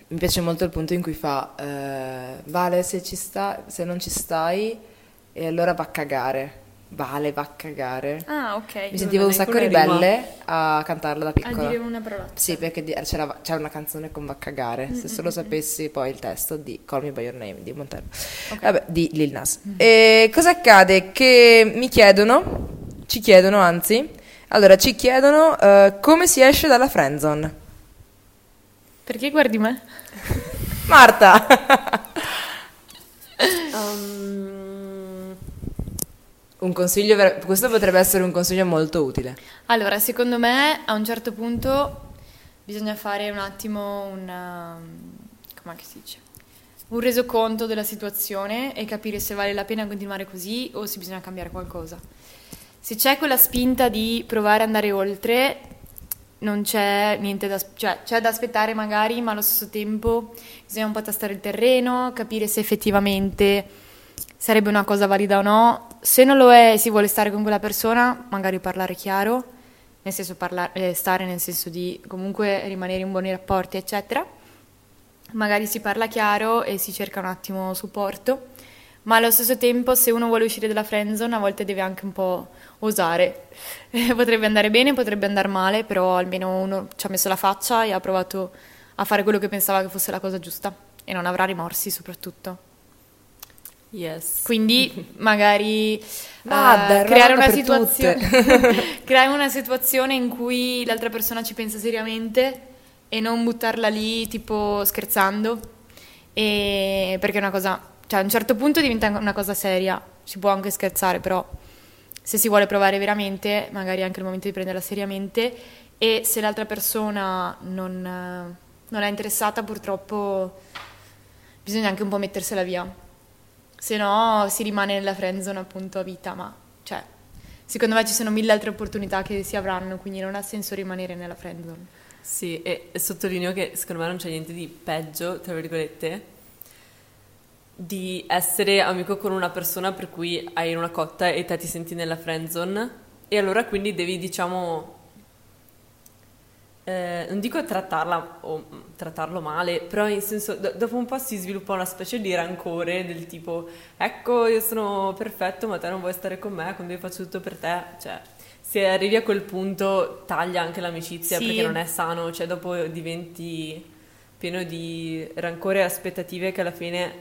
[SPEAKER 4] mi piace molto il punto in cui fa, eh, vale se, ci sta, se non ci stai, e allora va a cagare. Vale, va a cagare.
[SPEAKER 1] Ah, ok.
[SPEAKER 4] Mi sentivo un
[SPEAKER 3] neanche
[SPEAKER 4] sacco
[SPEAKER 3] una rima.
[SPEAKER 4] ribelle a cantarla da
[SPEAKER 1] A
[SPEAKER 4] piccola.
[SPEAKER 1] dire una parola.
[SPEAKER 4] Sì, perché di- c'è, la- c'è una canzone con Va a cagare. Se solo sapessi poi il testo di Call Me By Your Name di Montero. Vabbè, di Lil Nas. E cosa accade? Che mi chiedono, ci chiedono anzi, allora ci chiedono eh, come si esce dalla friendzone.
[SPEAKER 1] Perché guardi me?
[SPEAKER 4] Marta! <laughs>
[SPEAKER 3] Um,
[SPEAKER 4] un consiglio, ver- questo potrebbe essere un consiglio molto utile.
[SPEAKER 1] Allora, secondo me a un certo punto bisogna fare un attimo una... come si dice? Un resoconto della situazione e capire se vale la pena continuare così o se bisogna cambiare qualcosa. Se c'è quella spinta di provare ad andare oltre, non c'è niente da... as- cioè c'è da aspettare magari, ma allo stesso tempo bisogna un po' tastare il terreno, capire se effettivamente sarebbe una cosa valida o no. Se non lo è e si vuole stare con quella persona, magari parlare chiaro, nel senso parla- eh, stare nel senso di comunque rimanere in buoni rapporti, eccetera. Magari si parla chiaro e si cerca un attimo supporto, ma allo stesso tempo se uno vuole uscire dalla friendzone a volte deve anche un po' osare. <laughs> potrebbe andare bene, potrebbe andare male, però almeno uno ci ha messo la faccia e ha provato a fare quello che pensava che fosse la cosa giusta e non avrà rimorsi soprattutto.
[SPEAKER 3] yes.
[SPEAKER 1] Quindi magari
[SPEAKER 4] Vada,
[SPEAKER 1] eh,
[SPEAKER 4] era
[SPEAKER 1] creare
[SPEAKER 4] una
[SPEAKER 1] una
[SPEAKER 4] per
[SPEAKER 1] <laughs> situazione creare una situazione in cui l'altra persona ci pensa seriamente e non buttarla lì tipo scherzando e perché è una cosa, cioè a un certo punto diventa una cosa seria, si può anche scherzare, però se si vuole provare veramente, magari è anche il momento di prenderla seriamente e se l'altra persona non, eh, non è interessata, purtroppo bisogna anche un po' mettersela via. Se no si rimane nella friendzone appunto a vita, ma cioè, secondo me ci sono mille altre opportunità che si avranno, quindi non ha senso rimanere nella friendzone.
[SPEAKER 3] Sì, e, e sottolineo che secondo me non c'è niente di peggio, tra virgolette, di essere amico con una persona per cui hai una cotta e te ti senti nella friendzone e allora quindi devi, diciamo, eh, non dico trattarla o mm, trattarlo male, però in senso, do- dopo un po' si sviluppa una specie di rancore del tipo, ecco, io sono perfetto, ma te non vuoi stare con me, quindi io faccio tutto per te, cioè... Se arrivi a quel punto taglia anche l'amicizia
[SPEAKER 1] Sì.
[SPEAKER 3] perché non è sano, cioè dopo diventi pieno di rancore e aspettative che alla fine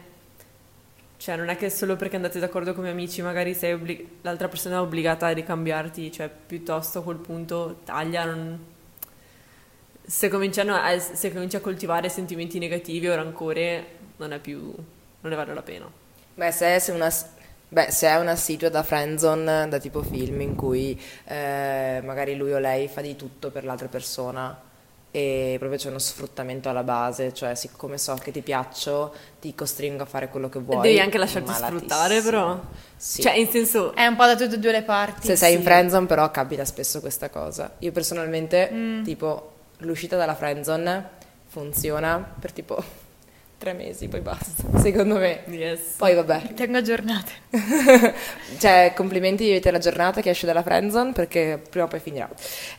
[SPEAKER 3] cioè, non è che solo perché andate d'accordo come amici, magari sei obbli- l'altra persona è obbligata a ricambiarti, cioè, piuttosto a quel punto taglia. non- Se, cominciano a- se cominci a coltivare sentimenti negativi o rancore, non è più. non ne vale la pena.
[SPEAKER 4] Beh, se è se una, beh, se è una situa da friendzone, da tipo film in cui eh, magari lui o lei fa di tutto per l'altra persona e proprio c'è uno sfruttamento alla base, cioè siccome so che ti piaccio, ti costringo a fare quello che vuoi.
[SPEAKER 3] Devi anche lasciarti
[SPEAKER 4] malatissimo.
[SPEAKER 3] sfruttare, però.
[SPEAKER 4] Sì.
[SPEAKER 3] Cioè, in senso.
[SPEAKER 1] È un po' da tutte e due le parti.
[SPEAKER 4] se sei in
[SPEAKER 1] sì.
[SPEAKER 4] friendzone però capita spesso questa cosa. Io personalmente,
[SPEAKER 3] Mm.
[SPEAKER 4] tipo, l'uscita dalla friendzone funziona per tipo <laughs> tre mesi, poi basta, secondo me.
[SPEAKER 3] Yes.
[SPEAKER 4] Eh, Poi vabbè,
[SPEAKER 1] Tengo aggiornate.
[SPEAKER 4] <laughs> cioè, complimenti, vivete la giornata che esce dalla friendzone perché prima o poi finirà.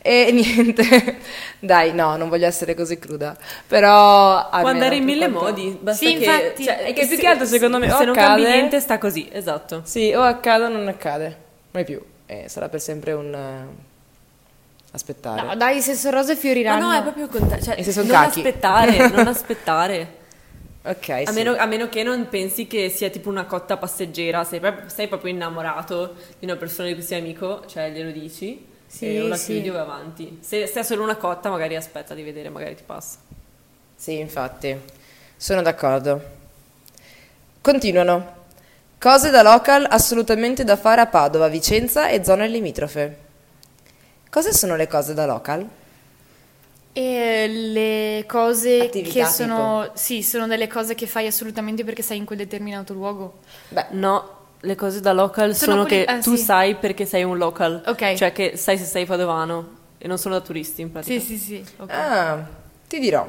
[SPEAKER 4] E <laughs> niente, dai, no, non voglio essere così cruda, però...
[SPEAKER 3] Può
[SPEAKER 4] almeno
[SPEAKER 3] andare in
[SPEAKER 4] per
[SPEAKER 3] mille
[SPEAKER 4] quanto-
[SPEAKER 3] modi. Basta
[SPEAKER 1] Sì,
[SPEAKER 3] che,
[SPEAKER 1] infatti.
[SPEAKER 3] cioè,
[SPEAKER 4] È che
[SPEAKER 3] è che più
[SPEAKER 4] se-
[SPEAKER 3] che altro, secondo me,
[SPEAKER 4] se
[SPEAKER 3] se non cambi
[SPEAKER 4] accade-
[SPEAKER 3] niente, sta così. Esatto.
[SPEAKER 4] Sì, o accade o non accade, mai più. E sarà per sempre un... eh, aspettare.
[SPEAKER 1] No, dai, se sono rose
[SPEAKER 3] Ma
[SPEAKER 1] fioriranno.
[SPEAKER 3] no, è proprio con te. Cioè,
[SPEAKER 4] E se son
[SPEAKER 3] non
[SPEAKER 4] cachi.
[SPEAKER 3] aspettare, non <laughs> aspettare.
[SPEAKER 4] ok,
[SPEAKER 3] A
[SPEAKER 4] sì.
[SPEAKER 3] meno, a meno che non pensi che sia tipo una cotta passeggera, sei, pro- sei proprio innamorato di una persona di cui sei amico, cioè glielo dici
[SPEAKER 1] Sì,
[SPEAKER 3] e o la
[SPEAKER 1] sì.
[SPEAKER 3] chiudi o vai avanti. Se, se è solo una cotta, magari aspetta di vedere, magari ti passa.
[SPEAKER 4] Sì, infatti, sono d'accordo. Continuano. Cose da local assolutamente da fare a Padova, Vicenza e zone limitrofe. Cosa sono le cose da local?
[SPEAKER 1] E le cose
[SPEAKER 4] Attività,
[SPEAKER 1] che sono... Sì, sono delle cose che fai assolutamente perché sei in quel determinato luogo.
[SPEAKER 4] Beh,
[SPEAKER 3] No, le cose da local sono,
[SPEAKER 1] Sono quelli-
[SPEAKER 3] che
[SPEAKER 1] ah,
[SPEAKER 3] tu
[SPEAKER 1] sì.
[SPEAKER 3] sai perché sei un local.
[SPEAKER 1] Ok.
[SPEAKER 3] Cioè che sai se sei padovano e non sono da turisti in pratica.
[SPEAKER 1] Sì, sì, sì. ok.
[SPEAKER 4] ah, ti
[SPEAKER 1] <laughs>
[SPEAKER 4] dirò.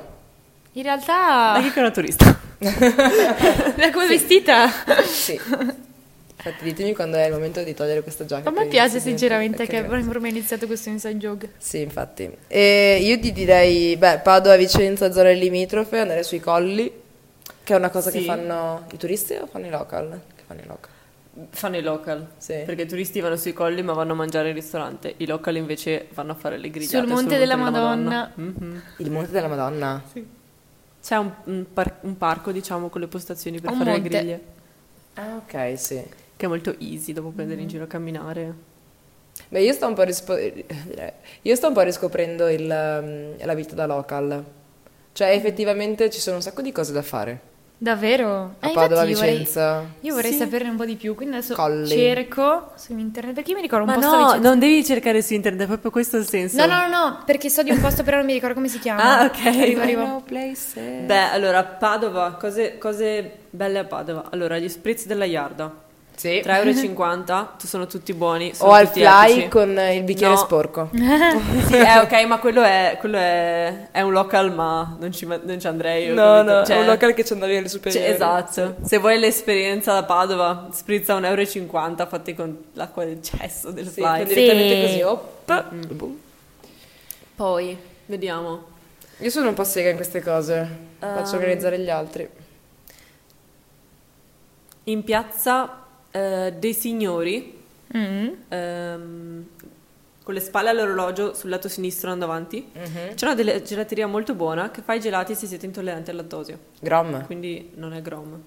[SPEAKER 1] In
[SPEAKER 3] Ma
[SPEAKER 1] realtà... <laughs>
[SPEAKER 3] chi che è una turista?
[SPEAKER 1] Da come vestita?
[SPEAKER 4] Sì. Infatti ditemi quando è il momento di togliere questa giacca.
[SPEAKER 1] A me
[SPEAKER 4] che
[SPEAKER 1] piace
[SPEAKER 4] inizio di-
[SPEAKER 1] sinceramente
[SPEAKER 4] ok,
[SPEAKER 1] che
[SPEAKER 4] grazie.
[SPEAKER 1] proprio mi è iniziato questo inside joke.
[SPEAKER 4] Sì, infatti. E io ti direi, beh, Padova, Vicenza, zone limitrofe, andare sui colli, che è una cosa che
[SPEAKER 3] Sì.
[SPEAKER 4] fanno i turisti o fanno i local? Che fanno i local.
[SPEAKER 3] Fanno i local.
[SPEAKER 4] Sì.
[SPEAKER 3] Perché i turisti vanno sui colli ma vanno a mangiare al ristorante. I local invece vanno a fare le grigliate.
[SPEAKER 1] Sul Monte della Madonna.
[SPEAKER 3] Mhm.
[SPEAKER 4] Il Monte della Madonna.
[SPEAKER 3] C'è un, un par- un parco, diciamo, con le postazioni per
[SPEAKER 1] Un
[SPEAKER 3] fare
[SPEAKER 1] monte.
[SPEAKER 3] le griglie.
[SPEAKER 4] Ah, ok, sì.
[SPEAKER 3] Che è molto easy dopo prendere in giro a camminare.
[SPEAKER 4] Beh, io sto un po', rispo- io sto un po' riscoprendo il, um, la vita da local. Cioè, effettivamente ci sono un sacco di cose da fare.
[SPEAKER 1] Davvero?
[SPEAKER 4] A
[SPEAKER 1] Eh,
[SPEAKER 4] Padova,
[SPEAKER 1] infatti io vorrei-
[SPEAKER 4] Vicenza.
[SPEAKER 1] Io vorrei
[SPEAKER 3] Sì.
[SPEAKER 1] saperne un po' di più, quindi adesso
[SPEAKER 4] Colli.
[SPEAKER 1] cerco su internet perché io mi ricordo un
[SPEAKER 3] Ma
[SPEAKER 1] posto a
[SPEAKER 3] no,
[SPEAKER 1] Vicenza.
[SPEAKER 3] non devi cercare su internet, è proprio questo il senso.
[SPEAKER 1] No, no, no, no, perché so di un posto però non mi ricordo come si chiama.
[SPEAKER 3] Ah, ok.
[SPEAKER 1] Arrivo, arrivo.
[SPEAKER 3] Beh, allora, Padova, cose, cose belle a Padova. Allora, gli spritz della Iarda.
[SPEAKER 4] Sì.
[SPEAKER 3] <laughs> 3,50 euro, tu- sono tutti buoni.
[SPEAKER 4] O
[SPEAKER 3] sono
[SPEAKER 4] al
[SPEAKER 3] tutti
[SPEAKER 4] fly
[SPEAKER 3] epici.
[SPEAKER 4] con il bicchiere
[SPEAKER 3] No.
[SPEAKER 4] sporco.
[SPEAKER 3] Sì, è ok, ma quello è, quello è, è un local, ma non ci, ma- non ci andrei. io, capito? Cioè,
[SPEAKER 4] che ci andavi alle
[SPEAKER 3] cioè, esatto. Se vuoi l'esperienza da Padova, sprizza 1,50 euro fatti con l'acqua del cesso del
[SPEAKER 4] Sì,
[SPEAKER 3] fly.
[SPEAKER 4] quindi direttamente
[SPEAKER 1] Sì.
[SPEAKER 4] così, op. Boom.
[SPEAKER 3] Poi, vediamo.
[SPEAKER 4] Io sono un po' sega in queste cose. Faccio organizzare gli altri.
[SPEAKER 3] In piazza eh, dei signori,
[SPEAKER 1] Mm.
[SPEAKER 3] ehm, con le spalle all'orologio sul lato sinistro andando avanti, c'è una delle- gelateria molto buona che fa i gelati se siete intolleranti al lattosio.
[SPEAKER 4] Grom.
[SPEAKER 3] Quindi non è Grom.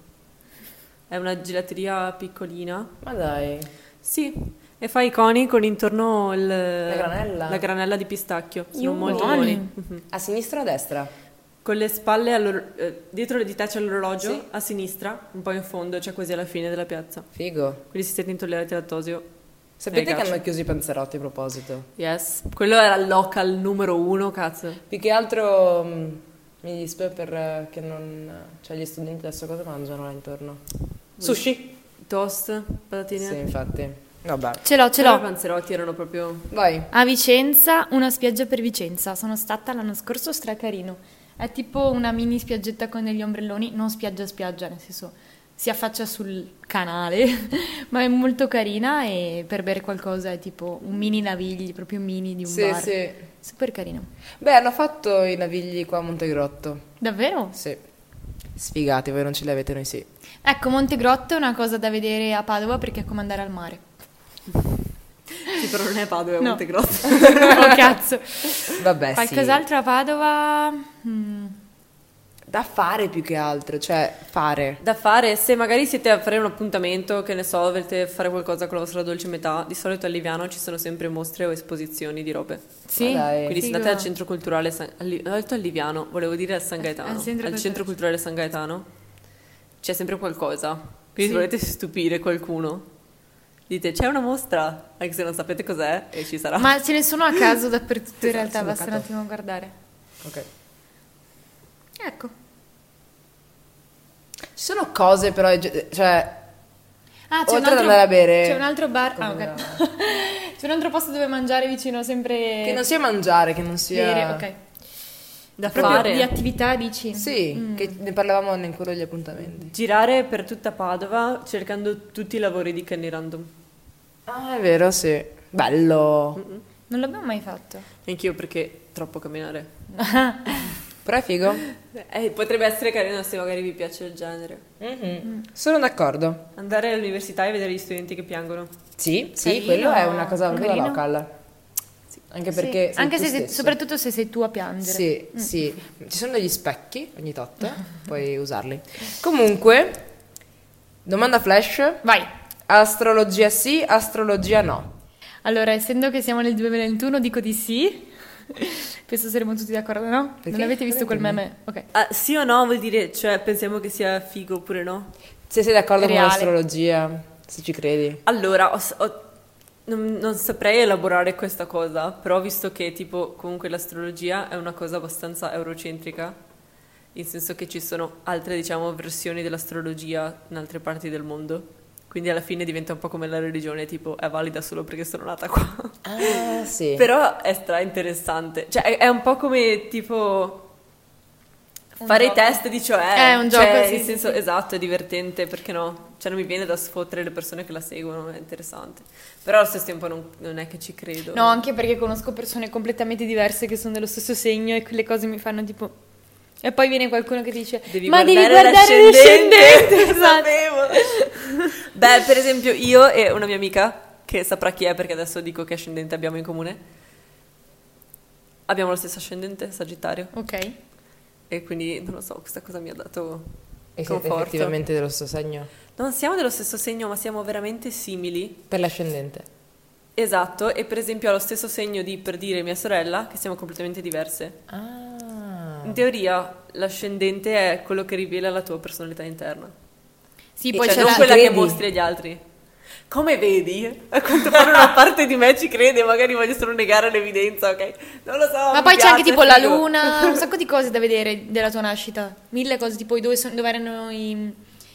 [SPEAKER 3] È una gelateria piccolina.
[SPEAKER 4] Ma dai.
[SPEAKER 3] Sì, e fa i coni con intorno il- la
[SPEAKER 4] granella?
[SPEAKER 3] granella di pistacchio. Sono molto
[SPEAKER 1] buoni.
[SPEAKER 3] buoni. Mhm.
[SPEAKER 4] A sinistra o a destra?
[SPEAKER 3] Con le spalle all'or- eh, dietro le dita c'è l'orologio,
[SPEAKER 4] Sì.
[SPEAKER 3] a sinistra, un po' in fondo, cioè quasi alla fine della piazza.
[SPEAKER 4] Figo.
[SPEAKER 3] Quindi se siete intolleranti al lattosio.
[SPEAKER 4] Sapete che
[SPEAKER 3] Ragazzi.
[SPEAKER 4] hanno chiuso i panzerotti a proposito?
[SPEAKER 3] Yes, quello era il local numero uno, cazzo.
[SPEAKER 4] Più che altro mh, mi dispiace per eh, che non... Cioè gli studenti adesso cosa mangiano là intorno? Sushi.
[SPEAKER 3] Toast, patatine.
[SPEAKER 4] Sì, infatti. Vabbè.
[SPEAKER 1] Ce l'ho, ce
[SPEAKER 3] Però i
[SPEAKER 1] l'ho.
[SPEAKER 3] panzerotti erano proprio...
[SPEAKER 4] Vai.
[SPEAKER 1] A Vicenza, una spiaggia per Vicenza. Sono stata l'anno scorso, stracarino. È tipo una mini spiaggetta con degli ombrelloni, non spiaggia spiaggia, nel senso si affaccia sul canale, <laughs> ma è molto carina e per bere qualcosa è tipo un mini navigli, proprio mini di un
[SPEAKER 4] Sì,
[SPEAKER 1] bar.
[SPEAKER 4] sì.
[SPEAKER 1] Super carino.
[SPEAKER 4] Beh, hanno fatto i navigli qua a Montegrotto.
[SPEAKER 1] Davvero?
[SPEAKER 4] Sì. Sfigati, voi non ce li avete, noi sì.
[SPEAKER 1] Ecco, Montegrotto è una cosa da vedere a Padova perché è come andare al mare.
[SPEAKER 4] <laughs>
[SPEAKER 3] Sì, però non è Padova, è
[SPEAKER 1] No.
[SPEAKER 3] Montegrosso.
[SPEAKER 1] <laughs> oh cazzo.
[SPEAKER 4] Eh, Vabbè, sì.
[SPEAKER 1] Qualcos'altro a Padova? Mm.
[SPEAKER 4] Da fare più che altro, cioè fare.
[SPEAKER 3] Da fare, se magari siete a fare un appuntamento, che ne so, volete fare qualcosa con la vostra dolce metà, di solito a Liviano ci sono sempre mostre o esposizioni di robe.
[SPEAKER 1] Sì.
[SPEAKER 4] Ma dai.
[SPEAKER 3] Quindi se
[SPEAKER 1] Figo.
[SPEAKER 3] andate al centro culturale, San- al Li- ho detto a Liviano, volevo dire al San Gaetano, al
[SPEAKER 1] al centro
[SPEAKER 3] centro, culturale San Gaetano, c'è sempre qualcosa. Quindi
[SPEAKER 1] Sì.
[SPEAKER 3] se volete stupire qualcuno, dite c'è una mostra, anche se non sapete cos'è e ci sarà.
[SPEAKER 1] Ma ce ne sono a caso
[SPEAKER 4] <laughs>
[SPEAKER 1] dappertutto in realtà,
[SPEAKER 4] sono
[SPEAKER 1] basta un
[SPEAKER 4] cato.
[SPEAKER 1] attimo guardare.
[SPEAKER 4] Ok.
[SPEAKER 1] Ecco.
[SPEAKER 4] Ci sono cose però, ge- cioè...
[SPEAKER 1] Ah,
[SPEAKER 4] Oltre ad andare a bere.
[SPEAKER 1] C'è un altro bar. Ah, ok. <laughs> c'è un altro posto dove mangiare vicino, sempre
[SPEAKER 4] Che non sia mangiare, che non sia...
[SPEAKER 1] Eh. bere, ok.
[SPEAKER 3] da
[SPEAKER 1] Proprio
[SPEAKER 3] fare.
[SPEAKER 1] di attività dici?
[SPEAKER 4] Sì,
[SPEAKER 1] Mm.
[SPEAKER 4] che ne parlavamo in quello degli appuntamenti.
[SPEAKER 3] Girare per tutta Padova cercando tutti i lavori di Kenny Random.
[SPEAKER 4] Ah, è vero, sì. Bello.
[SPEAKER 1] Non l'abbiamo mai fatto.
[SPEAKER 3] Anch'io perché troppo camminare.
[SPEAKER 4] Però è figo.
[SPEAKER 3] Eh, potrebbe essere carino se magari vi piace il genere.
[SPEAKER 4] Sono d'accordo.
[SPEAKER 3] Andare all'università e vedere gli studenti che piangono.
[SPEAKER 4] Sì, sì,
[SPEAKER 1] Carino.
[SPEAKER 4] quello è una cosa proprio da
[SPEAKER 1] Carino.
[SPEAKER 4] local. Anche perché...
[SPEAKER 1] Sì. Anche
[SPEAKER 4] tu
[SPEAKER 1] se sei-
[SPEAKER 4] stesso.
[SPEAKER 1] soprattutto se sei tu a piangere.
[SPEAKER 4] Sì, sì. Ci sono degli specchi ogni tot,
[SPEAKER 1] <laughs>
[SPEAKER 4] puoi usarli. Comunque, domanda flash.
[SPEAKER 1] Vai.
[SPEAKER 4] Astrologia sì, astrologia no.
[SPEAKER 1] Allora, essendo che siamo nel 2021, dico di sì. <laughs> Penso saremo tutti d'accordo, no?
[SPEAKER 4] Perché?
[SPEAKER 1] Non avete visto quel
[SPEAKER 4] Perché?
[SPEAKER 1] meme? Ok.
[SPEAKER 3] Ah, sì o no vuol dire, cioè, pensiamo che sia figo oppure no?
[SPEAKER 4] Se sei d'accordo con
[SPEAKER 1] Reale.
[SPEAKER 4] l'astrologia, se ci credi.
[SPEAKER 3] Allora, ho s- ho- non, non saprei elaborare questa cosa, però visto che tipo comunque l'astrologia è una cosa abbastanza eurocentrica, in senso che ci sono altre diciamo versioni dell'astrologia in altre parti del mondo, quindi alla fine diventa un po' come la religione, tipo è valida solo perché sono nata qua.
[SPEAKER 4] Ah, sì.
[SPEAKER 3] Però è stra interessante, cioè è, è un po' come tipo...
[SPEAKER 1] Un
[SPEAKER 3] Fare
[SPEAKER 1] gioco.
[SPEAKER 3] i test di cioè,
[SPEAKER 1] È un gioco,
[SPEAKER 3] cioè,
[SPEAKER 1] sì,
[SPEAKER 3] nel
[SPEAKER 1] sì,
[SPEAKER 3] senso,
[SPEAKER 1] sì.
[SPEAKER 3] esatto, è divertente, perché no? Cioè, non mi viene da sfottere le persone che la seguono, è interessante. Però allo stesso tempo non, non è che ci credo.
[SPEAKER 1] No, anche perché conosco persone completamente diverse che sono dello stesso segno e quelle cose mi fanno tipo... E poi viene qualcuno che dice,
[SPEAKER 3] Devi
[SPEAKER 1] ma devi
[SPEAKER 3] guardare
[SPEAKER 1] guardare il
[SPEAKER 3] <laughs> l'ascendente."
[SPEAKER 1] discendente. esatto.
[SPEAKER 3] Beh, per esempio, io e una mia amica, che saprà chi è perché adesso dico che ascendente abbiamo in comune, abbiamo lo stesso ascendente, Sagittario,
[SPEAKER 1] Ok.
[SPEAKER 3] e quindi, non lo so, questa cosa mi ha dato
[SPEAKER 4] E siete
[SPEAKER 3] conforto.
[SPEAKER 4] effettivamente dello stesso segno?
[SPEAKER 3] Non siamo dello stesso segno, ma siamo veramente simili.
[SPEAKER 4] Per l'ascendente.
[SPEAKER 3] Esatto, e per esempio ha lo stesso segno di per dire mia sorella, che siamo completamente diverse.
[SPEAKER 4] Ah.
[SPEAKER 3] In teoria, l'ascendente è quello che rivela la tua personalità interna.
[SPEAKER 1] Sì,
[SPEAKER 4] E
[SPEAKER 1] poi
[SPEAKER 3] cioè,
[SPEAKER 1] c'è
[SPEAKER 3] non
[SPEAKER 1] la-
[SPEAKER 3] quella che
[SPEAKER 4] credi?
[SPEAKER 3] mostri agli altri. Come vedi? A quanto pare una parte di me ci crede, magari voglio solo negare l'evidenza, ok? Non lo so.
[SPEAKER 1] Ma
[SPEAKER 3] mi
[SPEAKER 1] poi c'è anche
[SPEAKER 3] piace,
[SPEAKER 1] tipo la
[SPEAKER 3] figo. <laughs>
[SPEAKER 1] luna, un sacco di cose da vedere della tua nascita. Mille cose, tipo i dove, sono- dove erano i,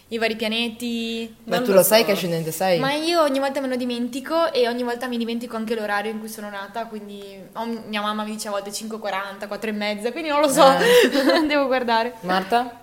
[SPEAKER 1] i vari pianeti.
[SPEAKER 4] Ma
[SPEAKER 3] Non
[SPEAKER 4] tu
[SPEAKER 3] lo
[SPEAKER 4] lo sai
[SPEAKER 3] so.
[SPEAKER 4] che ascendente sei?
[SPEAKER 1] Ma io ogni volta me lo dimentico e ogni volta mi dimentico anche l'orario in cui sono nata, quindi ho- mia mamma mi dice a volte 5.40, 4.30, quindi non lo so,
[SPEAKER 4] Eh.
[SPEAKER 1] <laughs> devo guardare.
[SPEAKER 4] Marta?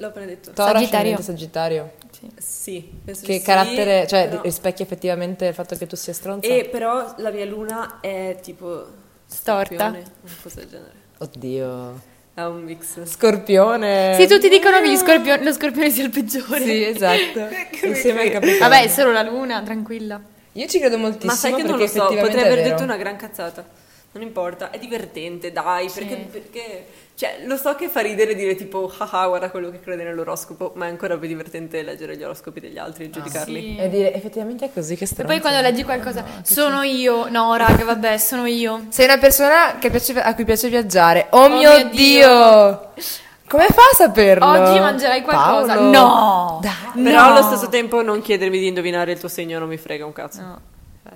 [SPEAKER 3] L'ho predetto.
[SPEAKER 4] Toro,
[SPEAKER 1] Sagittario.
[SPEAKER 4] ascendente Sagittario.
[SPEAKER 3] Sì, penso
[SPEAKER 4] Che
[SPEAKER 3] di sì,
[SPEAKER 4] carattere, cioè
[SPEAKER 3] però-
[SPEAKER 4] rispecchia effettivamente il fatto che tu sia stronza?
[SPEAKER 3] E però la mia luna è tipo...
[SPEAKER 1] Storta.
[SPEAKER 3] scorpione, Una cosa del genere.
[SPEAKER 4] Oddio.
[SPEAKER 3] È un mix.
[SPEAKER 4] Scorpione.
[SPEAKER 1] Sì, tutti dicono che gli
[SPEAKER 4] <laughs>
[SPEAKER 1] scorpio- lo scorpione sia il peggiore.
[SPEAKER 4] Eh. Sì,
[SPEAKER 3] <laughs>
[SPEAKER 4] esatto. Insieme al capitano.
[SPEAKER 1] Vabbè, è solo la luna, tranquilla.
[SPEAKER 4] Io ci credo moltissimo
[SPEAKER 3] Ma sai che
[SPEAKER 4] perché
[SPEAKER 3] non lo so,
[SPEAKER 4] effettivamente
[SPEAKER 3] potrei
[SPEAKER 4] è
[SPEAKER 3] aver
[SPEAKER 4] vero.
[SPEAKER 3] detto una gran cazzata. Non importa, è divertente, dai, perché, perché- Cioè, lo so che fa ridere dire tipo, ah ah, guarda quello che crede nell'oroscopo, ma è ancora più divertente leggere gli oroscopi degli altri
[SPEAKER 4] Ah,
[SPEAKER 3] e giudicarli.
[SPEAKER 1] Sì.
[SPEAKER 4] E dire effettivamente è così che
[SPEAKER 1] E
[SPEAKER 4] stronza.
[SPEAKER 1] poi quando leggi qualcosa, sono io, no raga, vabbè, sono io.
[SPEAKER 4] Sei una persona che piace- a cui piace viaggiare. Oh, mio
[SPEAKER 1] mio
[SPEAKER 4] Dio.
[SPEAKER 1] Dio.
[SPEAKER 4] Come fa a saperlo?
[SPEAKER 1] Oggi mangerai qualcosa.
[SPEAKER 4] Paolo.
[SPEAKER 1] No!
[SPEAKER 4] Dai.
[SPEAKER 3] Però
[SPEAKER 1] No.
[SPEAKER 3] allo stesso tempo non chiedermi di indovinare il tuo segno, non mi frega un cazzo.
[SPEAKER 1] No.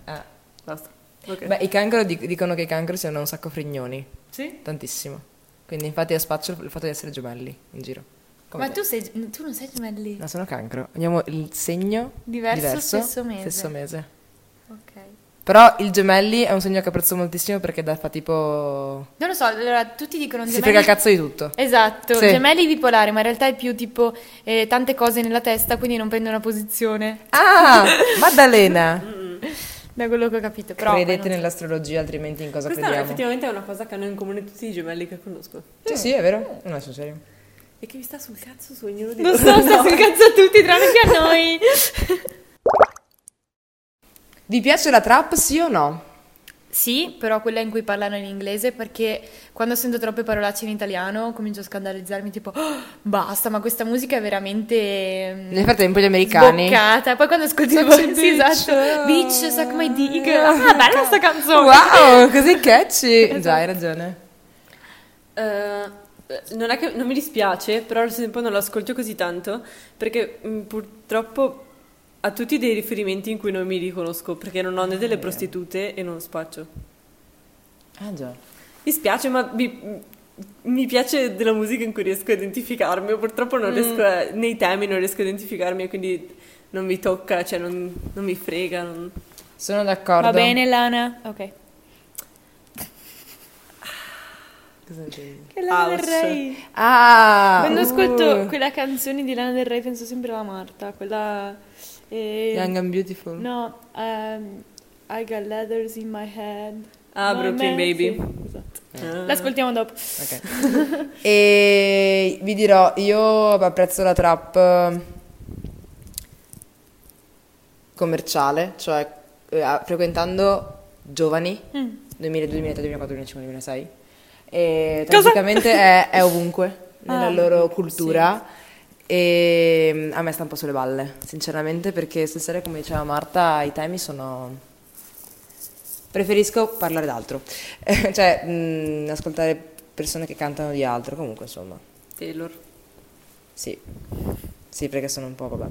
[SPEAKER 4] Ah.
[SPEAKER 3] Basta. Ok.
[SPEAKER 4] Beh, i cancro dic- dicono che i cancro siano un sacco frignoni.
[SPEAKER 1] Sì?
[SPEAKER 4] Tantissimo. Quindi infatti io spaccio il fatto di essere gemelli in giro. Come
[SPEAKER 1] Ma
[SPEAKER 4] te.
[SPEAKER 1] tu, sei, tu non sei gemelli?
[SPEAKER 4] No, sono cancro. Andiamo il segno
[SPEAKER 1] Diverso, stesso mese.
[SPEAKER 4] stesso mese.
[SPEAKER 1] Ok.
[SPEAKER 4] Però il gemelli è un segno che apprezzo moltissimo perché dà fa tipo...
[SPEAKER 1] Non lo so, allora tutti dicono
[SPEAKER 4] Si
[SPEAKER 1] gemelli-
[SPEAKER 4] frega il cazzo di tutto.
[SPEAKER 1] Esatto,
[SPEAKER 4] Sì.
[SPEAKER 1] gemelli bipolari, ma in realtà è più tipo eh, tante cose nella testa, quindi non prende una posizione, <laughs>
[SPEAKER 4] Ah, Maddalena!
[SPEAKER 1] da quello che ho capito. <laughs> Però,
[SPEAKER 4] Credete
[SPEAKER 1] non so.
[SPEAKER 4] nell'astrologia, altrimenti in cosa
[SPEAKER 3] Questa
[SPEAKER 4] crediamo?
[SPEAKER 3] effettivamente è una cosa che hanno in comune tutti i gemelli che conosco.
[SPEAKER 4] Sì, sì, è vero. No, sono serio.
[SPEAKER 3] E che mi sta sul cazzo su ognuno di
[SPEAKER 1] Non
[SPEAKER 3] loro.
[SPEAKER 1] so,
[SPEAKER 4] <laughs>
[SPEAKER 1] sta sul cazzo a tutti tranne che a noi.
[SPEAKER 4] Vi piace la trap, sì o no?
[SPEAKER 1] sì, però quella in cui parlano in inglese, perché quando sento troppe parolacce in italiano comincio a scandalizzarmi tipo "Oh, basta, ma questa musica è veramente... mm,
[SPEAKER 4] Nel frattempo gli americani...
[SPEAKER 1] Sboccata. Poi quando ascolti <laughs> la
[SPEAKER 4] Suck my
[SPEAKER 1] voce,
[SPEAKER 4] bitch.
[SPEAKER 1] esatto. Bitch, suck my dick. Ah, bella sta canzone.
[SPEAKER 4] Wow, così catchy! Già, hai ragione.
[SPEAKER 3] Eh, non è che non mi dispiace, però allo stesso tempo non lo ascolto così tanto perché mh, purtroppo ha tutti dei riferimenti in cui non mi riconosco perché non ho né delle prostitute e non spaccio.
[SPEAKER 4] Ah, già.
[SPEAKER 3] Mi spiace, ma mi, mm, mi piace della musica in cui riesco a identificarmi. Purtroppo non riesco a- nei temi non riesco a identificarmi e quindi non mi tocca, cioè non, non mi frega. non-
[SPEAKER 4] Sono d'accordo.
[SPEAKER 1] Va bene, Lana. Ok.
[SPEAKER 5] Che Lana del
[SPEAKER 3] House.
[SPEAKER 5] Rey.
[SPEAKER 4] Ah!
[SPEAKER 5] Quando ascolto
[SPEAKER 4] uh,
[SPEAKER 5] quella canzone di Lana del Rey penso sempre alla Marta, quella... eh,
[SPEAKER 4] Young and Beautiful.
[SPEAKER 5] No, ehm, I got letters in my head.
[SPEAKER 3] Ah,
[SPEAKER 5] My
[SPEAKER 3] Brooklyn
[SPEAKER 5] man-
[SPEAKER 3] Baby.
[SPEAKER 5] sì, esatto.
[SPEAKER 3] Ah.
[SPEAKER 1] Eh.
[SPEAKER 5] L'ascoltiamo dopo.
[SPEAKER 4] Ok. <laughs> e vi dirò, io apprezzo la trap eh, commerciale, cioè eh, a- frequentando giovani,
[SPEAKER 5] Mm.
[SPEAKER 4] 2002, 2003, 2004, 2005, 2006, e praticamente è, è ovunque
[SPEAKER 5] <laughs>
[SPEAKER 4] nella loro cultura. E mm, a me sta un po' sulle balle, sinceramente, perché stasera, come diceva Marta, i temi sono preferisco parlare d'altro, <laughs> Eh, cioè mh, ascoltare persone che cantano di altro, comunque insomma,
[SPEAKER 3] Taylor.
[SPEAKER 4] sì. Sì, perché sono un po', vabbè.